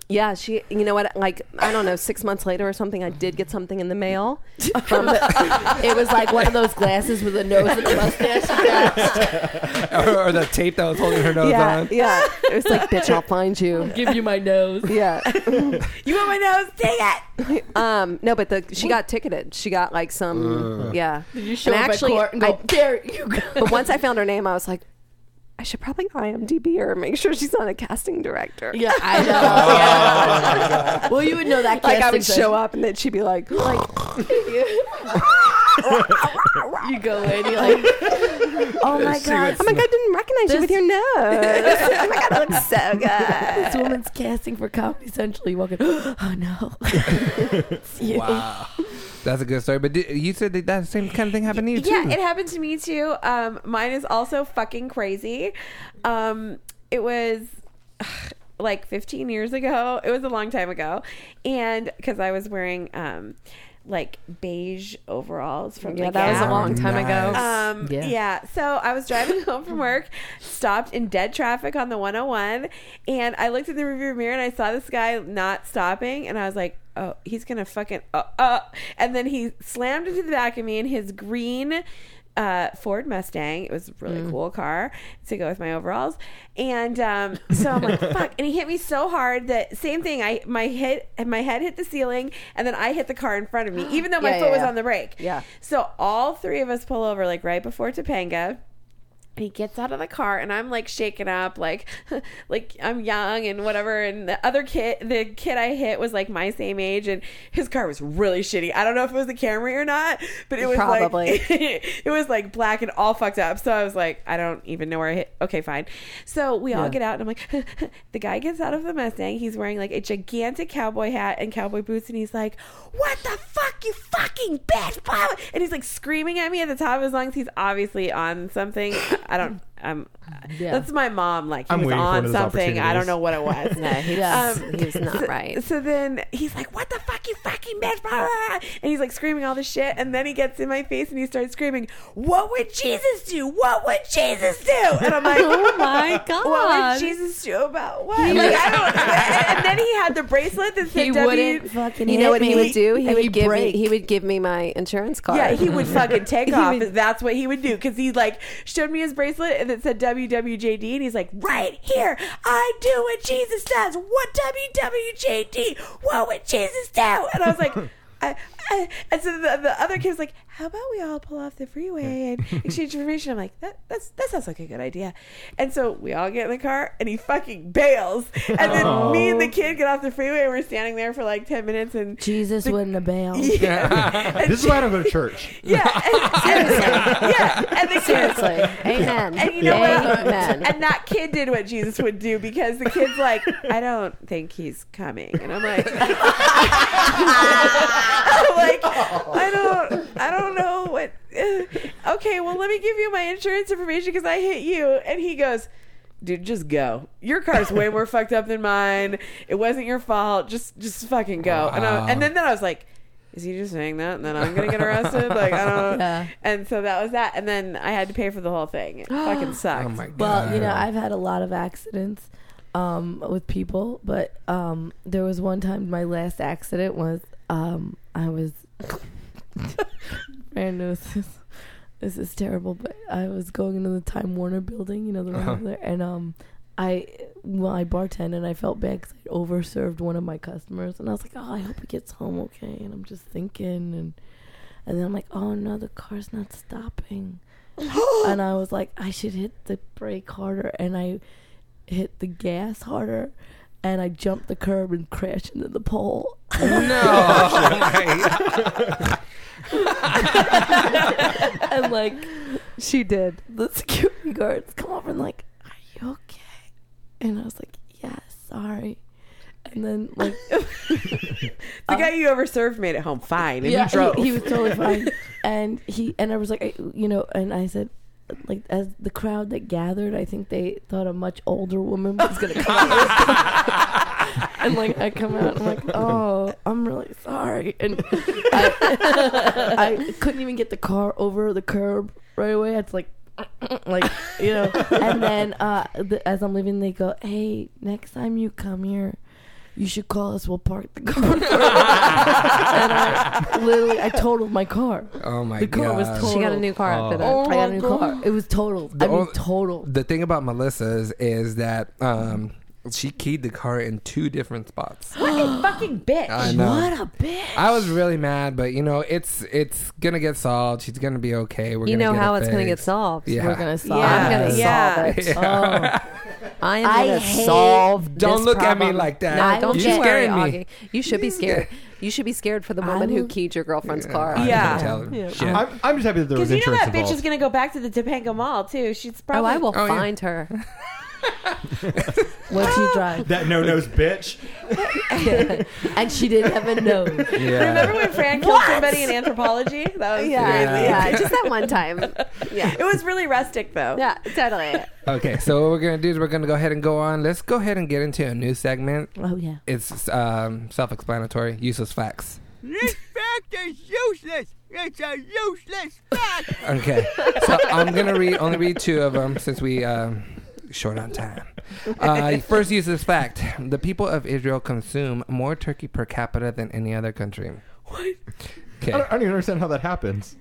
S4: Yeah, she. You know what? Like I don't know, six months later or something, I did get something in the mail. From the,
S5: It was like one of those glasses with a nose and a mustache.
S3: or, or the tape Oh, that was holding her nose
S4: yeah,
S3: on.
S4: yeah. It was like, bitch, I'll find you.
S5: Give you my nose.
S4: Yeah.
S6: You want my nose? Dang it!
S4: Um. No, but the she got ticketed. She got like some. Yeah.
S5: Did you show
S4: And
S5: up at
S4: actually,
S5: court and go,
S4: I-
S5: there you go.
S4: But once I found her name, I was like, I should probably IMDb her and make sure she's not a casting director.
S5: Yeah, I know.
S4: Oh
S5: Yeah. Well, you would know that.
S4: Like I would
S5: casting
S4: show up and then she'd be like, like
S5: session. You go in. You're like, oh my god,
S4: I'm like, I didn't recognize you
S5: This-
S4: with your nose. oh my god, that looks so good.
S5: this woman's casting for Comedy Central. You walk in. Oh no. It's you.
S3: Wow. That's a good story. But did, you said that, that same kind of thing happened to you too.
S6: Yeah, it happened to me too. Um, mine is also fucking crazy. Um, it was like 15 years ago. It was a long time ago, and because I was wearing um, like beige overalls from
S4: Yeah,
S6: like,
S4: that was a
S6: Gap.
S4: long time ago.
S3: Nice.
S6: Um,
S5: Yeah.
S6: yeah. So I was driving home from work, stopped in dead traffic on the 101, and I looked in the rearview mirror and I saw this guy not stopping, and I was like, oh, he's gonna fucking uh, uh. And then he slammed into the back of me in his green. Uh, Ford Mustang. It was a really
S4: Mm.
S6: cool car to go with my overalls, and um, so I'm like, "Fuck!" And he hit me so hard that same thing. I my hit my head hit the ceiling, and then I hit the car in front of me, even though my
S4: Yeah,
S6: foot
S4: yeah,
S6: was
S4: yeah.
S6: on the brake.
S4: Yeah.
S6: So all three of us pull over like right before Topanga. And he gets out of the car, and I'm like shaken up, like, like I'm young and whatever. And the other kid, the kid I hit was like my same age, and his car was really shitty. I don't know if it was a Camry or not, but it was
S4: Probably.
S6: like it was like black and all fucked up. So I was like, I don't even know where I hit. Okay, fine. So we all get out, and I'm like, the guy gets out of the Mustang. He's wearing like a gigantic cowboy hat and cowboy boots, and he's like, "What the fuck, you fucking bitch!" Blah, blah. And he's like screaming at me at the top of his lungs. He's obviously on something. I don't. I'm.
S5: Yeah.
S6: That's my mom. Like he
S2: I'm
S6: was
S2: waiting for one
S6: on
S2: of those
S6: something. I don't
S2: opportunities.
S6: know what it was. Um,
S4: No, he
S5: Yeah.
S4: was, he was not right.
S6: So then he's like, "What the fuck, you fucking bitch!" Blah, blah, blah. And he's like screaming all this shit, and then he gets in my face and he starts screaming, "What would Jesus do? What would Jesus do?" And I'm like,
S4: Oh my
S6: What
S4: God.
S6: would Jesus do about what? Like, I don't. and then he had the bracelet that said
S5: He
S6: W.
S5: wouldn't fucking.
S4: You
S5: hit
S4: know what he
S5: me.
S4: would do? He
S5: And
S4: would
S5: he'd
S4: give
S5: break.
S4: me he would give me my insurance card.
S6: Yeah, he would fucking take off.
S5: would-
S6: That's what he would do because he like showed me his bracelet and it said WWJD, and he's like, right here, I do what Jesus does. What WWJD? What would Jesus do? And I was like. I, I, and so the, the other kid was like, "How about we all pull off the freeway and exchange information?" I'm like, "That that's that sounds like a good idea." And so we all get in the car, and he fucking bails. And then me and the kid get off the freeway, and we're standing there for like ten minutes. And
S5: Jesus wouldn't have bailed.
S6: yeah, and
S2: This is why I don't go to church.
S6: yeah, and, seriously. Yeah, and the
S4: Seriously.
S6: kids.
S4: Amen.
S6: And you know what?
S4: Amen.
S6: And that kid did what Jesus would do because the kid's like, I don't think he's coming, and I'm like, I'm like, I don't, I don't know what. Okay, well, let me give you my insurance information because I hit you, and he goes. Dude, just go. Your car's way more fucked up than mine. It wasn't your fault. Just, just fucking go. And, I, and then, then I was like, is he just saying that? And then I'm gonna get arrested? like I don't. know.
S5: Yeah.
S6: And so that was that. And then I had to pay for the whole thing. It fucking sucked.
S3: Oh my god.
S5: Well, you know, I've had a lot of accidents um, with people, but um, there was one time my last accident was um, I was. Brandon was- this is terrible, but I was going into the Time Warner building, you know, the one over there, and um, I well, I bartended and I felt bad because I overserved one of my customers, and I was like, oh, I hope he gets home okay, and I'm just thinking, and and then I'm like, oh no, the car's not stopping, and I was like, I should hit the brake harder, and I hit the gas harder. And I jumped the curb and crashed into the pole.
S3: Oh. No.
S5: and like
S4: She did.
S5: the security guards come over and like, "Are you okay?" And I was like, "Yeah, sorry." And then like,
S6: The guy you overserved made it home fine, and
S5: yeah,
S6: he drove.
S5: he, he was totally fine. and he and I was like, I, you know, and I said. Like as the crowd that gathered, I think they thought a much older woman was gonna come. out. and like I come out, I'm like, oh, I'm really sorry, and I, I couldn't even get the car over the curb right away. It's like, like you know. And then uh, the, as I'm leaving, they go, "Hey, next time you come here, you should call us. We'll park the car." and I literally, I totaled my car.
S3: oh my
S5: The car
S3: god.
S5: was totaled.
S4: She Oh. got a new car after that.
S6: Oh
S5: I got a new car. It was totaled. I
S3: The
S5: mean,
S3: only-
S5: totaled.
S3: the thing about Melissa is, is that um, she keyed the car in two different spots.
S6: fucking bitch.
S3: I know.
S5: What a bitch!
S3: I was really mad, but you know, it's it's gonna get solved. She's gonna be okay. We're
S4: You
S3: gonna
S4: know
S3: get
S4: how
S3: it
S4: it's going to get
S3: fixed.
S4: solved.
S3: Yeah.
S5: We're gonna solve.
S6: Yeah,
S5: I'm gonna
S6: yeah.
S5: solve it. Oh,
S4: I am
S5: I
S4: going to
S5: hate-
S4: solve
S3: Don't
S4: this
S3: look at me
S4: problem.
S3: like that.
S4: No,
S5: I
S4: don't
S5: will
S4: you
S5: get-
S4: scare
S3: You're scaring me.
S4: me. You should be scared. You should be scared for the
S5: I
S4: woman who
S5: will-
S4: keyed your girlfriend's car.
S3: I
S6: Yeah.
S3: can tell her.
S4: Yeah.
S3: Shit.
S2: I'm, I'm just happy that there was
S6: Because you know
S2: insurance
S6: that bitch
S2: involved.
S6: is going to go back to the Topanga Mall too. She's
S4: Oh,
S6: probably.
S4: I will
S3: Oh, yeah.
S4: find her.
S5: What she drive?
S2: that no nose bitch.
S5: and she didn't have a nose.
S3: Yeah.
S6: Remember when Fran killed somebody in anthropology? That was
S4: Yeah,
S3: Yeah.
S4: yeah, just that one time. Yeah,
S6: It was really rustic though.
S4: yeah, totally.
S3: okay, so what we're gonna do is we're gonna go ahead and go on. Let's go ahead and get into a new segment.
S5: Oh yeah.
S3: It's um, self-explanatory. Useless facts.
S7: This fact is useless. It's a useless fact.
S3: Okay, so I'm gonna read only read two of them since we um, short on time. Uh, first useless fact: the people of Israel consume more turkey per capita than any other country.
S2: I
S3: Okay,
S2: don't, I don't even understand how that happens.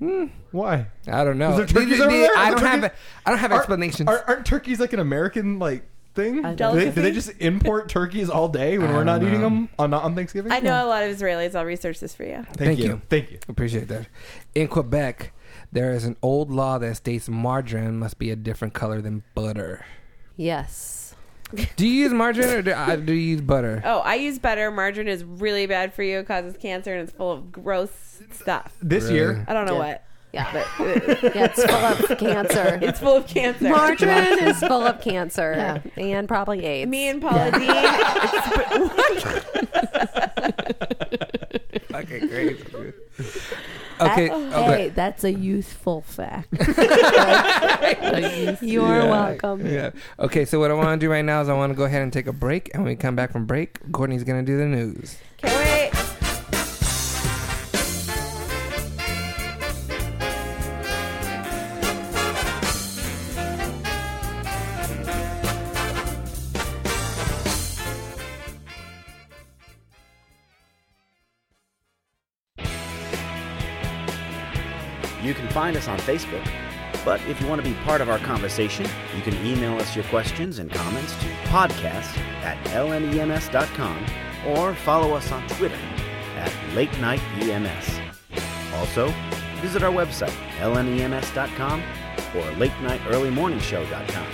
S6: Hmm.
S2: Why?
S3: I don't know.
S2: Is there
S3: They-
S2: turkeys
S3: they-
S2: over there?
S3: I
S2: Are
S3: don't have.
S2: turkey-
S3: I don't have
S2: Aren't-
S3: explanations.
S2: Aren't, aren't turkeys like an American like thing?
S5: I
S2: Do
S5: don't
S2: they,
S6: know.
S2: do they just import turkeys all day when
S3: I
S2: we're not
S3: don't
S2: eating
S3: know.
S2: them on on Thanksgiving?
S6: I know a lot of Israelis. I'll research this for you.
S2: Thank,
S3: Thank
S2: you.
S3: you.
S2: Thank you.
S3: Appreciate that. In Quebec, there is an old law that states margarine must be a different color than butter.
S4: Yes.
S3: Do you use margarine or do, uh, do you use butter?
S6: Oh, I use butter. Margarine is really bad for you. It causes cancer and it's full of gross stuff.
S2: This
S3: Really?
S2: year,
S6: I don't know
S4: Yeah.
S6: what.
S4: Yeah,
S6: But uh,
S4: yeah, it's full of cancer.
S6: it's full of cancer.
S4: Margarine is full of cancer
S5: Yeah.
S4: and probably AIDS.
S6: Me and Paula Dean.
S3: Okay, great. Okay,
S5: Uh, Hey,
S3: okay.
S5: that's a youthful fact. A youth-
S4: You're
S3: Yeah.
S4: welcome.
S3: Yeah. Okay, so what I want to do right now is I want to go ahead and take a break, and when we come back from break, Courtney's going to do the news.
S6: Can't wait.
S8: You can find us on Facebook. But if you want to be part of our conversation, you can email us your questions and comments to podcast at E lnems.com or follow us on Twitter at Late Night EMS. Also, visit our website, E lnems.com or latenightearlymorningshow.com.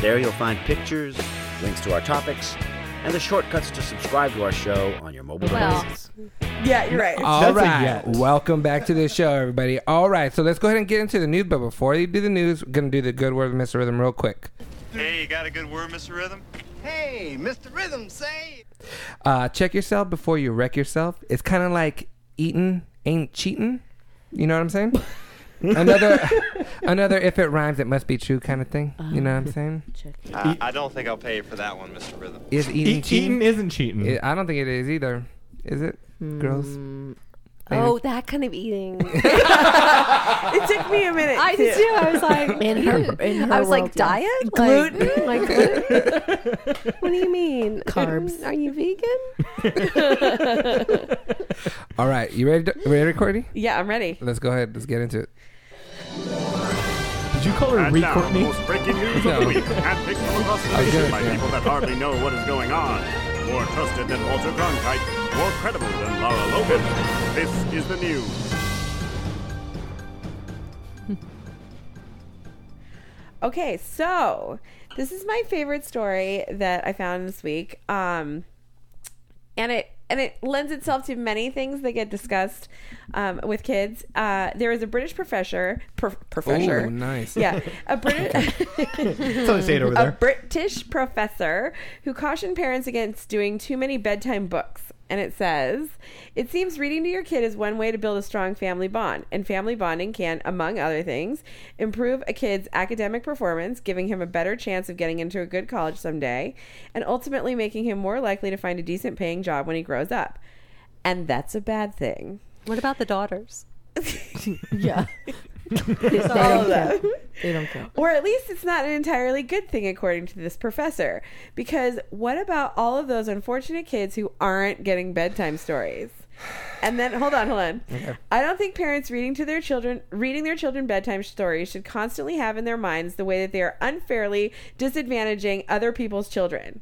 S8: There you'll find pictures, links to our topics, and the shortcuts to subscribe to our show on your mobile
S4: Well.
S8: devices.
S6: Yeah, you're right.
S3: All
S2: a
S3: right.
S2: yes.
S3: Welcome back to the show, everybody. All right. So let's go ahead and get into the news. But before you do the news, we're going to do the good word of Mr. Rhythm real quick.
S9: Hey, you got a good word, Mr. Rhythm?
S7: Hey, Mr. Rhythm, say.
S3: Uh, check yourself before you wreck yourself. It's kind of like eating ain't cheating. You know what I'm saying? another, another. If it rhymes, it must be true kind of thing. You know what I'm saying?
S4: Uh,
S9: I,
S1: Uh,
S9: I don't think I'll pay you for that one, Mr. Rhythm.
S3: Is eating
S2: eat,
S3: cheating?
S2: eating E, isn't cheating.
S3: It- I don't think it is either. Is it? Girls.
S4: Hmm. Oh, that kind of eating.
S6: It took me a minute.
S4: I did
S6: to-
S4: too. I was like,
S5: In her, in her
S4: I was like,
S5: world,
S4: diet?
S5: yes.
S4: Like,
S6: Gluten?
S4: Like, gluten? what do you mean?
S5: Carbs.
S4: Are you vegan?
S3: All right. You ready? To, ready, Courtney?
S6: Yeah, I'm ready.
S3: Let's go ahead. Let's get into it.
S2: you call her
S1: And
S2: Reed
S1: now,
S2: Courtney?
S1: the most breaking news of
S3: No.
S1: the week. Handpicked from across the
S3: I did
S1: nation
S3: it,
S1: by
S3: yeah.
S1: people that hardly know what is going on. More trusted than Walter Cronkite. More credible than Laura Logan. This is the news.
S6: Okay, so this is my favorite story that I found this week. Um, and it and it lends itself to many things that get discussed um, with kids. Uh, there is a British professor, prof- professor,
S3: Ooh, nice.
S6: yeah, a British.
S2: Something say it over
S6: a
S2: there.
S6: British professor who cautioned parents against doing too many bedtime books. And it says, it seems reading to your kid is one way to build a strong family bond. And family bonding can, among other things, improve a kid's academic performance, giving him a better chance of getting into a good college someday, and ultimately making him more likely to find a decent paying job when he grows up. And that's a bad thing.
S4: What about the daughters?
S5: Yeah.
S4: They
S6: All of
S4: don't
S6: that.
S4: count.
S5: They don't count.
S6: Or at least it's not an entirely good thing, according to this professor. Because what about all of those unfortunate kids who aren't getting bedtime stories? And then hold on, hold on. I don't think parents reading to their children reading their children bedtime stories should constantly have in their minds the way that they are unfairly disadvantaging other people's children.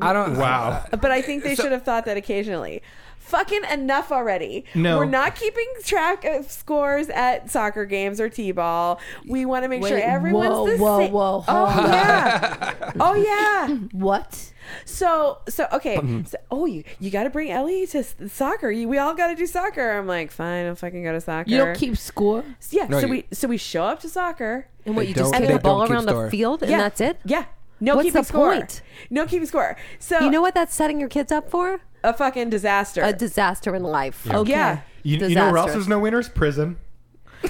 S3: I don't. Wow.
S6: But I think they should have thought that occasionally. Fucking enough already.
S2: No.
S6: We're not keeping track of scores at soccer games or T-ball. We want to make sure
S5: Wait,
S6: everyone's
S5: whoa,
S6: the
S5: whoa,
S6: same.
S5: whoa,
S6: Oh
S5: hold
S6: yeah. oh yeah.
S5: What?
S6: So so okay. So, oh you you got to bring Ellie to s- soccer. You, we all got to do soccer. I'm like, fine, I'll fucking go to soccer.
S5: You don't keep score?
S6: Yeah,
S3: No,
S6: so
S3: you-
S6: we so we show up to soccer.
S4: And what
S3: They
S4: you just
S3: don't-
S4: kick
S6: they
S4: the ball
S3: don't keep
S4: around
S3: score.
S4: the field and
S6: yeah.
S4: that's it?
S6: Yeah. No
S4: What's
S6: keeping
S4: the
S6: score.
S4: point?
S6: No keeping score. So
S4: You know what that's setting your kids up for?
S6: a fucking disaster.
S4: A disaster in life. Okay.
S6: Yeah.
S2: You, you know where else
S4: Disaster.
S2: there's no winners? Prison.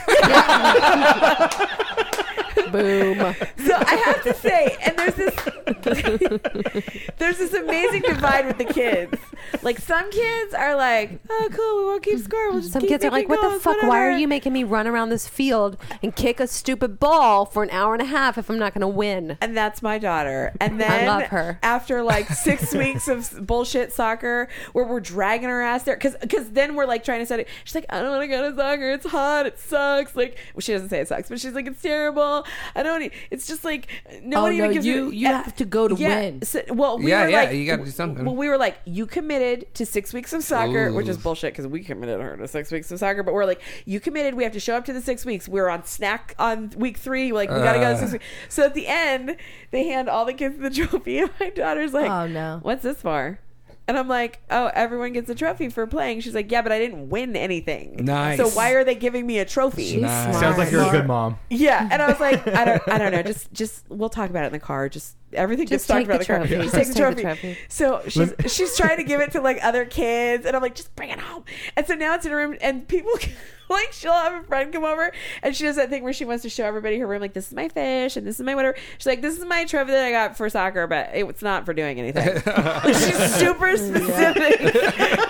S5: Boom.
S6: So I have to say, and there's this there's this amazing divide with the kids. Like some kids are like, "Oh, cool, we won't keep score. We'll just
S4: Some
S6: keep
S4: kids are like,
S6: making
S4: what the
S6: goals,
S4: fuck? Why are
S6: whatever."
S4: you making me run around this field and kick a stupid ball for an hour and a half if I'm not going to win?
S6: And that's my daughter. And then
S4: love her.
S6: after like six weeks of s- bullshit soccer, where we're dragging her ass there, because because then we're like trying to set it. She's like, I don't want to go to soccer. It's hot. It sucks. Like well, she doesn't say it sucks, but she's like, it's terrible. I don't. e- It's just like nobody
S5: Oh, no,
S6: even gives
S5: you-
S6: it-
S5: you
S6: and-
S5: have to go to
S6: yeah,
S5: win.
S6: so- well, we
S3: Yeah,
S6: were
S3: yeah,
S6: like,
S3: you gotta do something.
S6: Well, we were like, you committed to six weeks of soccer, which is
S3: Ooh.
S6: bullshit because we committed her to six weeks of soccer. But we're like, you committed. We have to show up to the six weeks. We're on snack on week three. Like we gotta go to
S3: Uh.
S6: six weeks. So at the end, they hand all the kids the trophy, and my daughter's like,
S5: Oh, no.
S6: what's this for?" And I'm like, "Oh, everyone gets a trophy for playing." She's like, "Yeah, but I didn't win anything.
S3: Nice.
S6: So why are they giving me a trophy?"
S3: Nice.
S2: Sounds like you're a
S4: Smart.
S2: good mom.
S6: Yeah, and I was like, I don't, I don't know. Just, just we'll talk about it in the car. Just everything gets
S4: Just
S6: talked
S4: take
S6: about in
S4: the
S6: the car.
S4: trophy.
S6: Just
S4: Just
S6: take the
S4: take
S6: trophy.
S4: the trophy.
S6: So she's she's trying to give it to like other kids, and I'm like, just bring it home. And so now it's in a room, and people like she'll have a friend come over, and she does that thing where she wants to show everybody her room, like this is my fish, and this is my whatever. She's like, this is my trophy that I got for soccer, but it, it's not for doing anything. Like, she's super specific.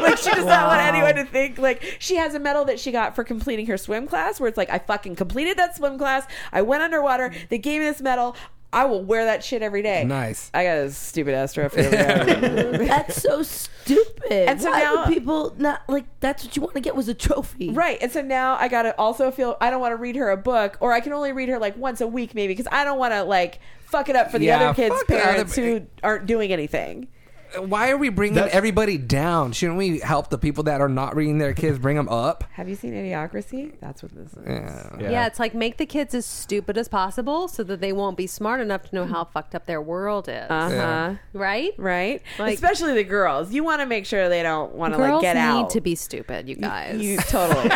S6: like she does not want anyone to think like she has a medal that she got for completing her swim class where it's like I fucking completed that swim class. I went underwater. They gave me this medal. I will wear that shit every day.
S3: Nice.
S6: I got a stupid ass trophy. over there.
S5: That's so stupid.
S6: And so
S5: Why
S6: now-
S5: would people not like? That's what you want to get was a trophy,
S6: right. And so now I gotta also feel I don't want to read her a book or I can only read her like once a week maybe because I don't want to like fuck it up for the
S3: Yeah,
S6: other kids'
S3: fuck the other-
S6: parents who aren't doing anything.
S3: Why are we bringing
S2: That's-
S3: everybody down? Shouldn't we help the people that are not reading their kids? Bring them up.
S6: Have you seen Idiocracy? That's what this is.
S4: Yeah. it's like make the kids as stupid as possible so that they won't be smart enough to know how fucked up their world is.
S6: Uh huh.
S3: Yeah.
S4: right?
S6: Right,
S4: Like-
S6: especially the girls. You want to make sure they don't want to like
S4: Girls
S6: get
S4: need
S6: out.
S4: to be stupid, you guys.
S6: You totally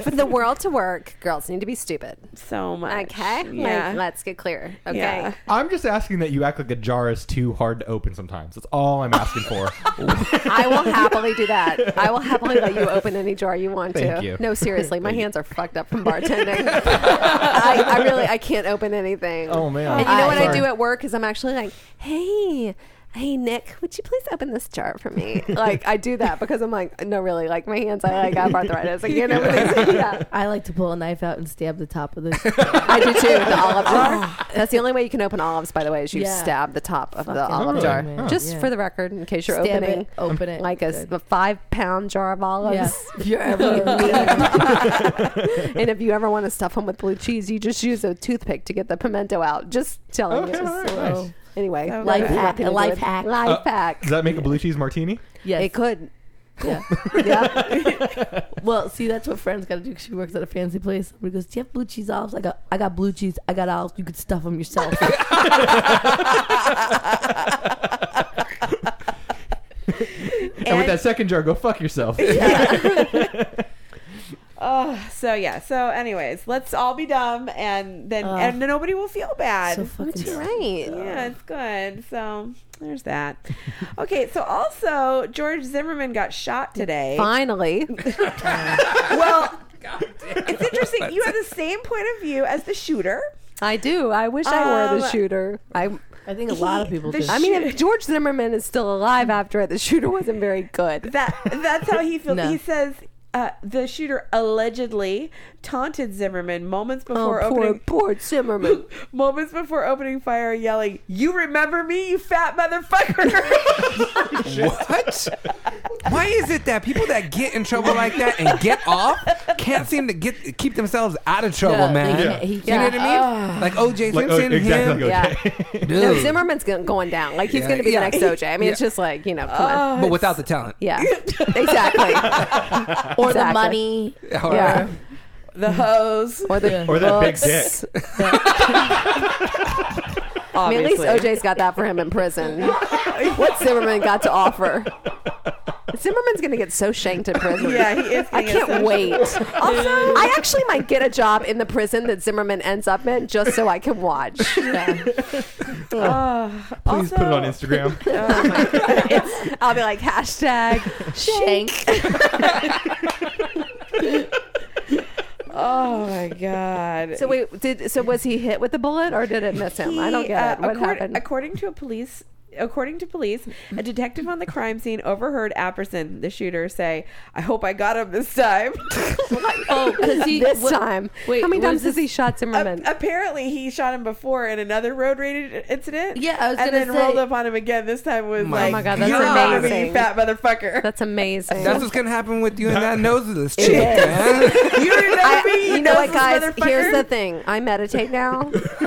S4: For the world to work, girls need to be stupid.
S6: so much.
S4: Okay?
S6: Yeah.
S4: Like, let's get clear. Okay.
S6: Yeah.
S2: I'm just asking that you act like a jar is too hard to open sometimes. That's all I'm asking for.
S4: I will happily do that. I will happily let you open any jar you want
S2: Thank
S4: to.
S2: you.
S4: No, seriously, my hands are fucked up from bartending. I, I really I can't open anything.
S2: Oh, man.
S4: And you know
S2: Oh,
S4: what I do
S2: sorry.
S4: at work is I'm actually like, hey. hey Nick, would you please open this jar for me? like I do that because I'm like, no, really, like my hands, I like have arthritis. Like you know, yeah.
S5: I like to pull a knife out and stab the top of the.
S4: I do too. The olive
S2: Oh.
S4: jar. That's the only way you can open olives, by the way, is you
S5: Yeah.
S4: stab the top of the
S5: Fucking
S4: olive
S2: Oh,
S4: jar.
S2: really? Huh.
S4: Just
S5: Yeah.
S4: for the record, in case you're
S5: stab
S4: opening
S5: it, open it.
S4: like a, s-
S5: Good.
S4: a five pound jar of olives.
S5: Yeah. If you're ever in need,
S4: And if you ever want to stuff them with blue cheese, you just use a toothpick to get the pimento out. Just telling
S2: Okay,
S4: you.
S2: all right,
S4: So,
S2: nice.
S4: Anyway,
S6: So
S4: life
S6: good.
S4: hack.
S5: A life
S4: Life
S5: hack.
S4: hack. Life
S2: Uh,
S4: hack.
S2: Does that make a blue cheese martini?
S5: yes.
S4: It could.
S5: Yeah.
S4: Yeah.
S5: Well, see, that's what friends got to do. 'cause She works at a fancy place. We goes, "Do you have blue cheese olives?" I got, I got blue cheese. I got olives. You could stuff them yourself.
S2: And, with that second jar, go fuck yourself.
S6: Oh, so yeah. So, anyways, let's all be dumb, and then
S5: Ugh.
S6: and nobody will feel bad.
S5: so fucking.
S4: You're
S5: stupid.
S4: right.
S6: yeah, it's good. So there's that. okay. So also, George Zimmerman got shot today.
S4: Finally.
S6: Well, it's interesting. You have the same point of view as the shooter.
S4: I do. I wish I were the
S6: Um,
S4: shooter. I
S5: I think a lot of
S6: He-
S5: people
S6: the
S5: do.
S4: I mean, if George Zimmerman is still alive after it, the shooter wasn't very good.
S6: That that's how he feels.
S5: No.
S6: He says. Uh, the shooter allegedly taunted Zimmerman moments
S4: Oh,
S6: before
S4: poor,
S6: opening
S4: poor Zimmerman.
S6: moments before opening fire, yelling, "You remember me, you fat motherfucker!"
S3: What? Why is it that people that get in trouble like that and get off can't seem to get keep themselves out of trouble,
S5: Yeah, they
S3: man?
S5: can't- he
S3: You know
S5: can't-
S3: what I mean? like OJ Simpson,
S2: Like, oh, exactly.
S3: him.
S4: Yeah.
S2: okay.
S3: Dude.
S4: No, Zimmerman's go- going down. Like he's
S3: Yeah.
S4: going to be
S3: Yeah.
S4: the next OJ. I mean, it's
S3: Yeah. Uh,
S4: just like you know, come on.
S3: but without the talent.
S4: Yeah, exactly.
S5: or the
S4: Exactly.
S5: money.
S3: All
S4: Yeah.
S3: right.
S6: the hose.
S4: Or the
S5: Yeah.
S2: Or that big
S4: books.
S2: dick.
S4: I mean, at least
S6: Obviously.
S4: OJ's got that for him in prison. What's Zimmerman got to offer? Zimmerman's going to get so shanked in prison.
S6: Yeah, he is.
S4: I
S6: gonna get
S4: can't
S6: so-
S4: wait. Also, I actually might get a job in the prison that Zimmerman ends up in just so I can watch.
S6: Oh,
S2: Please put it on
S6: also-
S2: Instagram.
S6: Oh, my God.
S4: I'll be like hashtag
S5: Shank.
S6: Oh, my god.
S4: So wait, did so was he hit with the bullet or did it miss him? I don't
S6: He,
S4: get it.
S6: uh,
S4: What
S6: accord-
S4: happened?
S6: According to a police. According to police, a detective on the crime scene overheard Apperson, the shooter, say, "I hope I got him this time."
S5: Oh, because he
S4: this
S5: what-
S4: time,
S5: wait,
S4: how many
S5: what
S4: times
S5: is
S4: has he shot Zimmerman?
S6: A- apparently, he shot him before in another road-rated incident.
S5: Yeah, I was
S6: and
S5: gonna
S6: then rolled
S5: say-
S6: up on him again. This time was like,
S3: My
S4: oh my god, that's
S6: "You remember me,
S4: amazing.
S6: you fat motherfucker."
S4: that's amazing.
S3: That's what's gonna happen with you and that noseless chick,
S4: is.
S3: man.
S6: you remember
S4: I-
S6: me,
S4: you know what,
S6: noseless
S4: guys? Here's the
S6: motherfucker?
S4: thing. I meditate now.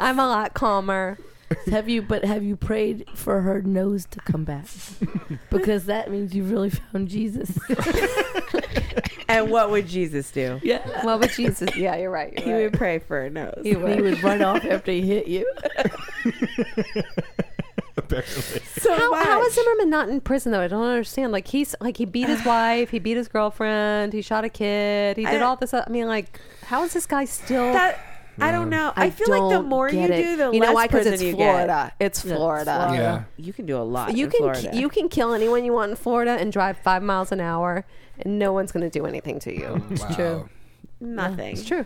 S4: I'm a lot calmer.
S5: Have you? But have you prayed for her nose to come back? Because that means you've really found Jesus.
S6: And what would Jesus do?
S5: yeah.
S4: Well, but Jesus, yeah, you're right.
S6: He
S4: You're right.
S6: would pray for a nose.
S5: He would, run off after he hit you.
S2: Apparently.
S6: so
S4: how, how is
S6: much.
S4: Zimmerman not in prison though? I don't understand. Like he's like he beat his wife, he beat his girlfriend, he shot a kid, he did
S6: I-
S4: all this. I mean, like how is this guy still?
S6: that? I don't know. I, feel like the
S4: don't
S6: more you
S4: get it.
S6: do, the
S4: you
S6: less
S4: know why?
S6: prison
S4: it's
S6: you
S4: Florida. It's
S5: Yeah, it's
S4: Florida.
S5: Florida.
S3: Yeah.
S6: You can do a lot.
S4: You
S6: in
S4: can
S6: Florida.
S4: you can kill anyone you want in Florida and drive five miles an hour, and no one's going to do anything to you.
S3: It's
S5: true.
S6: nothing.
S4: It's true.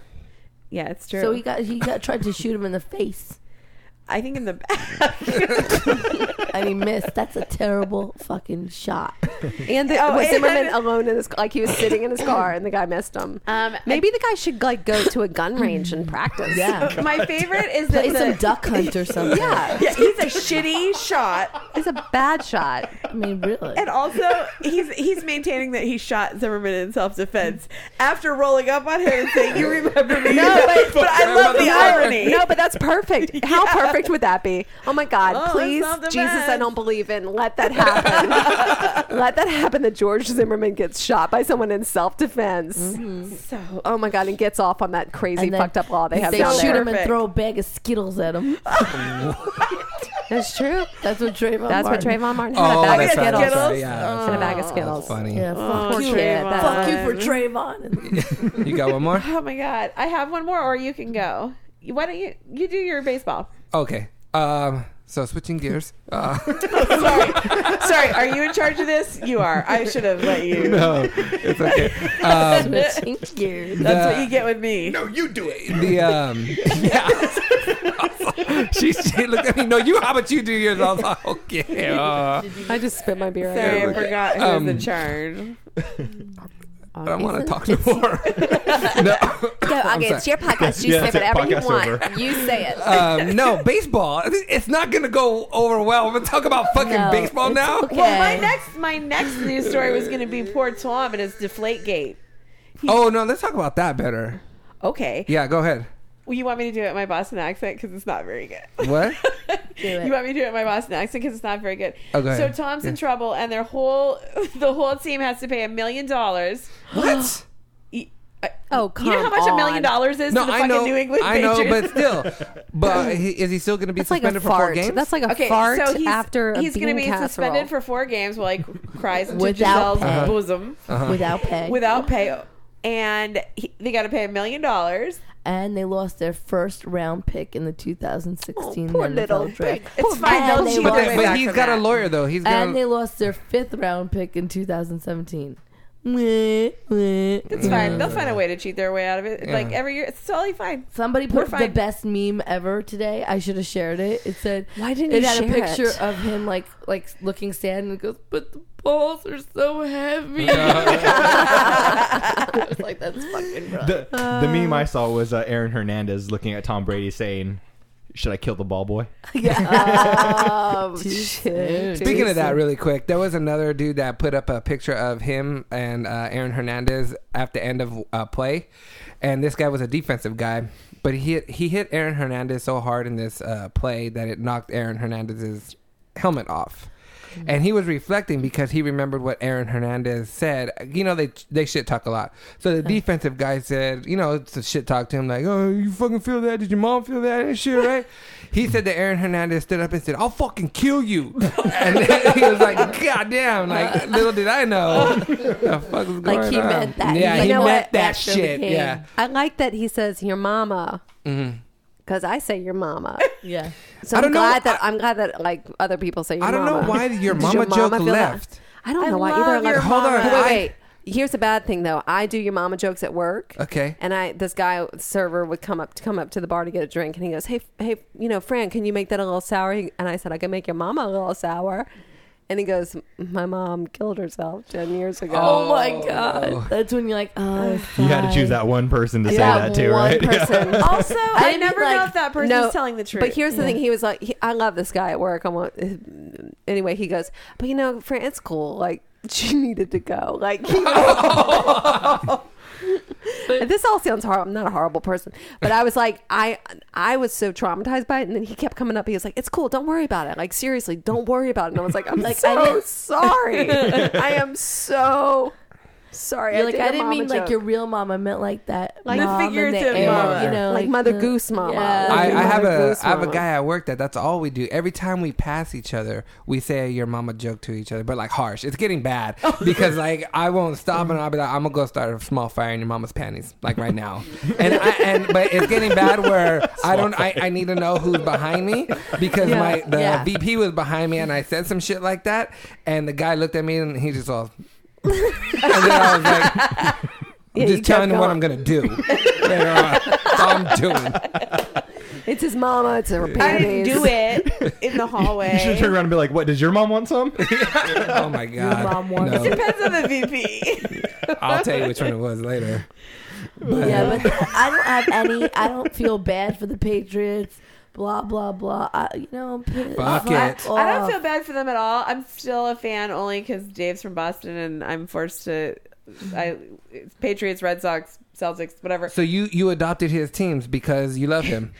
S6: Yeah, it's true.
S5: So he got he got tried to shoot him in the face,
S6: I think in the
S5: and he missed. That's a terrible fucking shot.
S4: And the,
S6: Oh,
S4: was
S6: and-
S4: Zimmerman alone in his like he was sitting in his car and the guy missed him.
S6: Um,
S4: Maybe the guy should like go to a gun range and practice.
S5: Yeah.
S6: my favorite is that
S5: Play
S6: the,
S5: some duck hunt or something.
S4: yeah.
S6: Yeah, he's a shitty shot,
S4: It's a bad shot.
S5: I mean, really.
S6: and also he's he's maintaining that he shot Zimmerman in self defense after rolling up on him and saying, "You remember me?"
S4: No, but-
S6: but I love the irony.
S4: No, but that's perfect. How perfect would that be? Oh my God!
S6: Oh, that's
S4: please,
S6: not the
S4: Jesus,
S6: best.
S4: I don't believe in. Let that happen. Let that happen. That George Zimmerman gets shot by someone in self-defense.
S6: So
S4: Oh my God! And gets off on that crazy
S5: And then
S4: fucked up law they have
S5: They
S4: down
S5: shoot
S4: there.
S5: him and
S6: Perfect.
S5: throw a bag of Skittles at him.
S4: That's true.
S5: That's what Trayvon.
S4: That's what
S5: Martin.
S4: Trayvon Martin had
S3: Oh,
S4: a bag of
S3: that's right.
S4: Skittles.
S3: That's
S6: Skittles?
S3: right. Yeah, that's
S4: And a bag of
S3: right.
S4: Skittles.
S3: That's funny.
S5: Yeah,
S6: Oh,
S5: fuck
S4: Poor
S5: you.
S4: kid. That-
S5: Fuck you for Trayvon.
S3: You got one more?
S6: Oh my god, I have one more, or you can go. Why don't you you do your baseball?
S3: Okay. Um. So switching gears. Uh,
S4: Sorry. so
S6: sorry. Are you in charge of this? You are. I should have let you.
S3: No, it's okay. Um,
S5: Switching gears.
S6: That's what you get with me.
S3: Oh, you do it. The um, yeah. she, she looked at me. No, you. How about you do yours? I was like, okay. uh,
S4: I just spit my beer out.
S6: Sorry, I
S3: okay.
S6: forgot who's
S3: Um,
S6: in charge.
S3: I don't want to talk no more. no.
S10: Go,
S3: I'm
S10: Augie, it's your podcast. You say
S2: Yeah, that's it.
S10: whatever you
S2: Podcast
S10: want.
S2: over.
S10: You say it.
S3: Um, no, baseball. It's not going to go over well. We're talking about fucking
S5: No,
S3: baseball
S5: it's
S3: now.
S5: okay.
S6: Well, my next my next news story was going to be poor Tom and his Deflate Gate.
S3: Oh no, let's talk about that better.
S6: Okay.
S3: Yeah, go ahead.
S6: Well, you want me to do it in my Boston accent because it's not very good.
S3: What?
S6: You want me to do it in my Boston accent because it's not very good.
S3: Oh, go ahead.
S6: So Tom's in
S3: Yeah.
S6: trouble, and their whole the whole team has to pay a million dollars.
S3: what?
S6: You uh,
S4: Oh,
S6: you know how
S4: come
S6: much a million
S4: on.
S6: dollars is
S3: No,
S6: to the
S3: I
S6: fucking
S3: know.
S6: New England
S3: I know,
S6: Patriots?
S3: but still. But he, is he still going to be
S4: That's like a
S3: suspended for four
S4: fart.
S3: games?
S4: That's like a fart
S6: so he's,
S4: after a
S6: he's
S4: bean
S6: going to be
S4: casserole.
S6: suspended for four games while he cries into
S5: Without
S6: Giselle's
S3: Uh-huh.
S5: pay.
S6: bosom
S5: Without pay.
S6: without pay, and he, they got to pay a million dollars.
S5: and they lost their first round pick in the 2016
S4: poor
S5: NFL
S4: little
S5: draft.
S6: It's fine.
S5: man,
S6: They'll
S5: they
S6: cheat
S5: were-
S6: their way
S5: But they-
S3: but
S6: back
S3: he's
S6: from
S3: got a
S6: that.
S3: lawyer though. He's got.
S5: And they lost their fifth round pick in 2017. It's
S6: It's fine. They'll find a way to cheat their way out of it. Like
S3: Yeah.
S6: every year, it's totally fine.
S5: Somebody
S6: We're
S5: put the
S6: fine.
S5: best meme ever today. I should have shared it. It said,
S4: Why didn't
S5: it
S4: you
S5: had a
S4: share
S5: picture
S4: it?
S5: of him like like looking sad and it goes, but the balls are so heavy.
S3: uh,
S5: I was like, that's fucking rough.
S2: The, the meme I saw was uh, Aaron Hernandez looking at Tom Brady saying, "Should I kill the ball boy?"
S5: Yeah.
S3: Speaking of that, really quick, there was another dude that put up a picture of him and uh, Aaron Hernandez at the end of uh, play, and this guy was a defensive guy, but he hit, he hit Aaron Hernandez so hard in this uh, play that it knocked Aaron Hernandez's helmet off. Mm-hmm. And he was reflecting because he remembered what Aaron Hernandez said. You know, they they shit talk a lot. So the defensive guy said, you know, it's a shit talk to him like, oh, you fucking feel that? Did your mom feel that? And shit, right? he said that Aaron Hernandez stood up and said, I'll fucking kill you. and then he was like, God damn. Like, little did I know. the fuck was going
S5: Like, he
S3: on.
S5: meant that.
S3: Yeah,
S5: You
S3: he
S5: know what?
S3: meant that
S5: That really
S3: shit.
S5: came.
S3: Yeah. Mm-hmm.
S4: I like that he says your mama because I say your mama.
S5: yeah.
S4: So
S3: I
S4: I'm
S3: don't know-
S4: glad that
S3: I-
S4: I'm glad that like other people say your
S3: I don't know
S4: mama.
S3: why your
S4: Did
S3: mama joke
S4: feel that?
S3: left.
S4: I don't
S6: I
S4: know why
S6: love
S4: either. Like,
S6: your
S3: Hold on, mama.
S4: Wait,
S3: I-
S4: wait. Here's the bad thing though. I do your mama jokes at work.
S3: Okay.
S4: And I this guy server would come up to come up to the bar to get a drink and he goes, "Hey, f- hey, you know, Fran, can you make that a little sour?" He- And I said, "I can make your mama a little sour." And he goes, "My mom killed herself 10 years ago."
S5: Oh, my god. That's when you're like, oh,
S2: You had to choose that one person to say
S5: Yeah,
S2: that too,
S5: one
S2: right?
S5: person.
S6: Also, I,
S5: mean,
S6: never know
S5: like,
S6: if that person's telling the truth.
S4: But here's the thing: he was like, he, "I love this guy at work." I want anyway. He goes, but you know, Fran, it's cool. Like she needed to go. Like he- this all sounds horrible. I'm not a horrible person, but I was like, I I was so traumatized by it, and then he kept coming up. He was like, "It's cool. Don't worry about it. Like seriously, don't worry about it." And I was like, "I'm like,
S5: Like,
S4: so
S5: I didn't-
S4: sorry. I am so sorry.
S5: You're like,
S4: did
S5: I
S4: a
S5: didn't
S4: mama
S5: mean like
S4: joke."
S5: your real mom. I meant like that.
S6: Like the
S5: mom in
S6: figurative
S5: air,
S6: mama.
S5: You know,
S4: Like Mother
S5: the-
S4: Goose mama.
S5: Yeah.
S4: Like
S3: I,
S4: your
S3: I have
S4: mother
S3: a
S4: goose
S3: I have a
S4: mama.
S3: guy at work that that's all we do. Every time we pass each other, we say your mama joke to each other, but like harsh. It's getting bad
S4: Oh,
S3: because like I won't stop and I'll be like I'm gonna go start a small fire in your mama's panties like right now. And I, and but it's getting bad where I don't I, I need to know who's behind me because my the
S5: Yeah.
S3: VP was behind me and I said some shit like that and the guy looked at me and he just all. and then I was like, I'm
S4: Yeah, you
S3: just telling
S4: kept
S3: him what
S4: going.
S3: I'm gonna do. Later on. That's all I'm doing.
S4: It's his mama. It's her panties.
S6: I didn't do it in the
S2: You should turn
S6: hallway.
S2: around and be like, "What? Does your mom want some?"
S3: Oh my god!
S5: mom wants
S3: No.
S6: Depends on the VP.
S3: I'll tell you which one it was later. But,
S5: Yeah, but I don't have any. I don't feel bad for the Patriots. Blah blah blah. I, you know, piss
S3: Fuck it.
S5: off.
S6: I don't feel bad for them at all. I'm still a fan only because Dave's from Boston and I'm forced to. I it's Patriots, Red Sox, Celtics, whatever.
S3: so you you adopted his teams because you love him.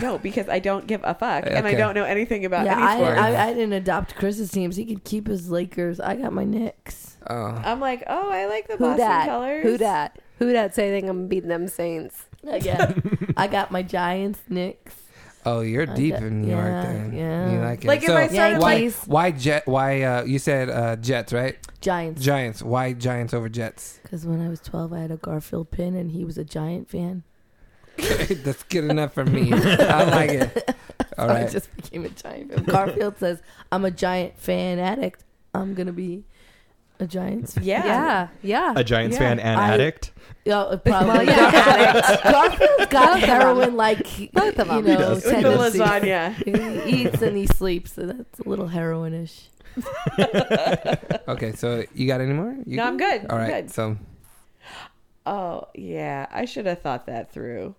S6: No, because I don't give a fuck and I
S3: Okay.
S6: don't know anything about
S5: Yeah,
S6: any sport.
S5: I, I, I didn't adopt Chris's teams. He could keep his Lakers. I got my Knicks.
S3: Oh,
S6: I'm like, oh, I like the
S4: Who
S6: Boston
S4: dat?
S6: colors.
S4: Who dat? Who dat say they gonna beat them Saints?
S5: I got, I got my Giants, Knicks.
S3: oh, you're
S5: I
S3: deep
S5: get-
S3: in New York
S5: yeah,
S3: then.
S5: yeah.
S3: You like it.
S6: Like, if
S3: so
S6: I started,
S3: why
S5: Yankees.
S3: why jet why uh you said uh Jets right
S5: Giants.
S3: Giants why Giants over Jets?
S5: Because when I was 12, I had a Garfield pin, and he was a Giant fan.
S3: That's good enough for me. I like it. All
S5: So I
S3: right.
S5: just became a Giant fan. Garfield says, I'm a Giant fan addict. I'm gonna be a Giants. fan.
S6: Yeah.
S4: yeah, yeah.
S2: A Giants fan and
S5: I-
S2: addict.
S5: Yeah, uh,
S4: Well,
S5: probably.
S4: yeah.
S5: Garfield's got
S4: Both of 'em.
S5: heroin like
S4: Both of 'em.
S5: You
S4: He
S5: know,
S2: does. He
S6: The
S2: does.
S5: tendencies.
S6: lasagna.
S5: he eats and he sleeps, and that's a little heroinish.
S3: Okay, so you got any more? You
S6: No, I'm good.
S3: All right,
S6: I'm good.
S3: so
S6: Oh, yeah. I should have thought that through.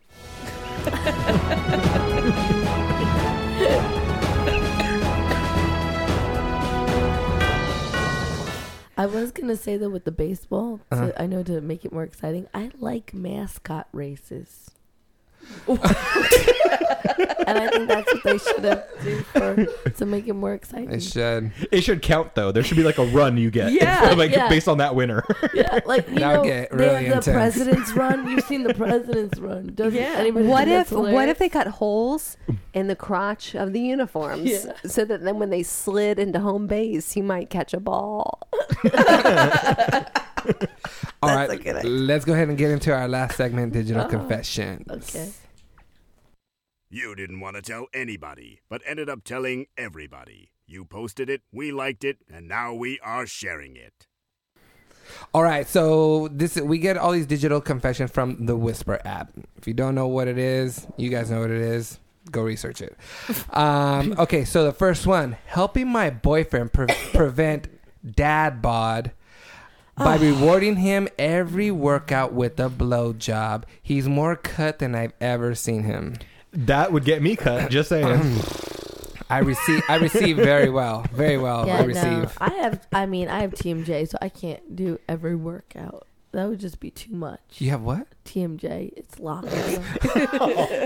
S5: I was gonna say though with the baseball, to,
S3: Uh-huh.
S5: I know to make it more exciting. I like mascot races, and I think that's what they should have do for to make it more exciting.
S3: I should.
S2: It should count though. There should be like a run you get.
S6: Yeah,
S2: like
S5: yeah.
S2: based on that winner.
S5: Yeah, like you
S3: That
S5: know,
S3: would get
S5: they have
S3: really
S5: the
S3: intense.
S5: president's run. You've seen the president's run. Doesn't
S6: Yeah.
S5: anybody
S4: What
S5: think
S4: if
S5: that's
S4: what if
S5: hilarious?
S4: they cut holes in the crotch of the uniforms
S5: Yeah.
S4: so that then when they slid into home base, you might catch a ball.
S3: All right, let's go ahead and get into our last segment, digital confession.
S5: Oh. Okay.
S1: You didn't want to tell anybody, but ended up telling everybody. You posted it, we liked it, and now we are sharing it.
S3: All right, so this we get all these digital confessions from the Whisper app. If you don't know what it is, you guys know what it is. Go research it. Um, okay, so the first one: helping my boyfriend pre- prevent dad bod by rewarding him every workout with a blowjob. He's more cut than I've ever seen him.
S2: that would get me cut. Just saying.
S3: I receive. I receive very well. Very well.
S5: Yeah,
S3: I
S5: no.
S3: receive.
S5: I have. I mean, I have TMJ, so I can't do every workout. That would just be too much.
S3: You have what?
S5: TMJ, it's locked.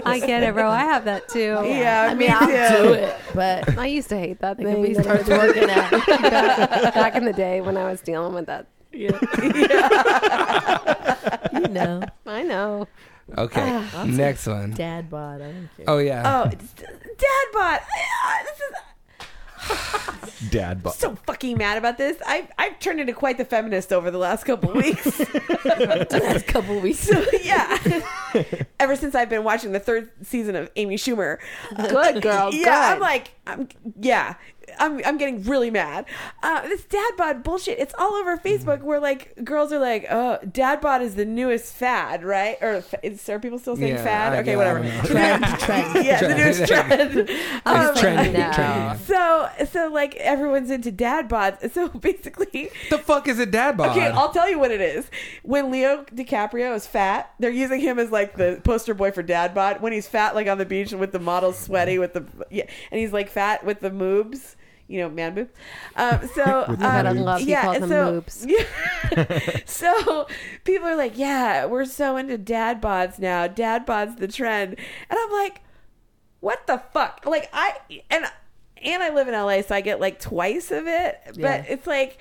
S4: I get it, bro. I have that
S3: Oh,
S4: too.
S6: Yeah,
S5: I
S6: me
S5: mean, I'll
S6: too.
S5: do it, but
S4: I used to hate that
S5: like if
S4: thing
S5: he
S4: that I
S5: starts working out,
S4: was- back, back in the day when I was dealing with that.
S5: you know,
S4: I know.
S3: Okay. Next one.
S5: dad bod. I don't care.
S3: Oh yeah.
S6: Oh, it's- dad bot. Ah, This is
S2: Dad bod.
S6: so fucking mad about this. I I've turned into quite the feminist over the last couple weeks.
S5: The last couple weeks.
S6: so yeah. Ever since I've been watching the third season of Amy Schumer. Good girl. Yeah, I'm like I'm yeah. I'm I'm getting really mad. Uh, this dad bod bullshit. It's all over Facebook where like girls are like, "Oh, dad bod is the newest fad, right?" Or fa- is, are people still saying
S3: Yeah,
S6: fad?
S3: I-
S6: okay,
S3: yeah, I
S6: whatever.
S3: don't know.
S5: Trend, trend.
S6: yeah, the newest trend. Um,
S3: it's trendy.
S4: no.
S3: Trendy.
S6: So so like everyone's into dad bods. So basically,
S3: The fuck is a dad bod?
S6: Okay, I'll tell you what it is. When Leo DiCaprio is fat, they're using him as like the poster boy for dad bod. When he's fat, like on the beach with the models sweaty with the yeah, and he's like fat with the moobs, you know, man boob. Um, so um,
S4: God, I love you call
S6: and
S4: them
S6: so,
S4: moobs.
S6: Yeah. so people are like, yeah, we're so into dad bods now. Dad bods the trend, and I'm like, what the fuck? Like I and and I live in LA, so I get like twice of it. But
S5: Yeah.
S6: it's like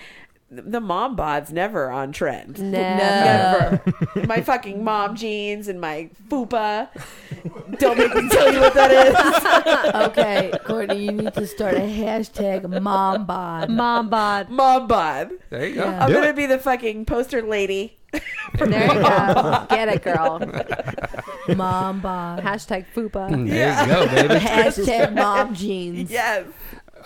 S6: the mom bod's never on trend.
S4: Never.
S6: Never. my fucking mom jeans and my fupa. Don't make me tell you what that is.
S5: Okay, Courtney, you need to start a hashtag mom bod.
S4: Mom bod.
S6: Mom bod.
S3: there you go.
S5: Yeah.
S6: I'm
S2: Do
S6: gonna
S2: it.
S6: be the fucking poster lady.
S4: There you go. Get it, girl.
S5: Mom bod.
S4: Hashtag fupa.
S3: There you go, Oh, baby.
S5: Hashtag mom jeans.
S6: Yes.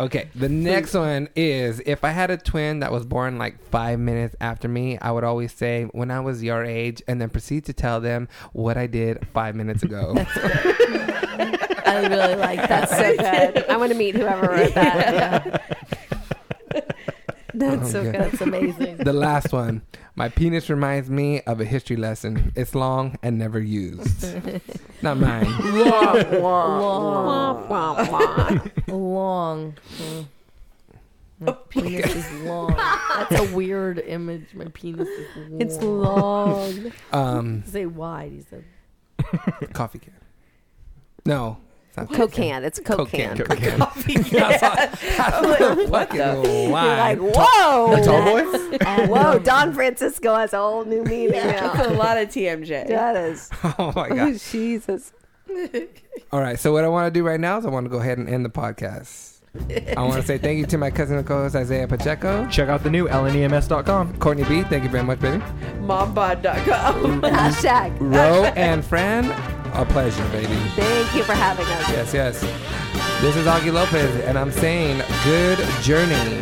S3: Okay, the next one is if I had a twin that was born like five minutes after me, I would always say when I was your age, and then proceed to tell them what I did five minutes ago.
S5: I really like that.
S4: That's so good. I want to meet whoever wrote that. That's so
S3: Okay.
S4: good.
S5: That's amazing.
S3: the last one, my penis reminds me of a history lesson. It's long and never used. Not mine.
S5: Long, long. Mm. My penis is long. That's a weird image. My penis is long.
S4: It's long.
S3: Um,
S5: Say wide. He said.
S3: coffee can. No, it's not coffee can.
S4: Cocan. It's Cocan.
S3: Coke can. Fucking why?
S4: whoa.
S3: The tall boy?
S4: Whoa, Don Francisco has a whole new meaning
S6: That's a lot of TMJ.
S4: now. That is.
S3: Oh my
S4: Oh,
S3: god!
S4: Jesus.
S3: All right, so what I want to do right now is I want to go ahead and end the podcast. I want to say thank you to my cousin and co-host Isaiah Pacheco,
S2: Check out the new E lnems.com.
S3: Courtney B. Thank you very much, baby.
S6: Mombod.com.
S4: Hashtag.
S3: Ro and Fran, a pleasure, baby.
S4: Thank you for having us.
S3: Yes, yes. This is Augie Lopez, and I'm saying good journey.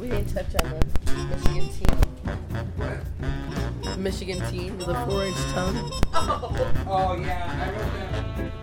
S5: We didn't touch on the Michigan team. Michigan team with a four-inch tongue.
S3: Oh yeah, I wrote down.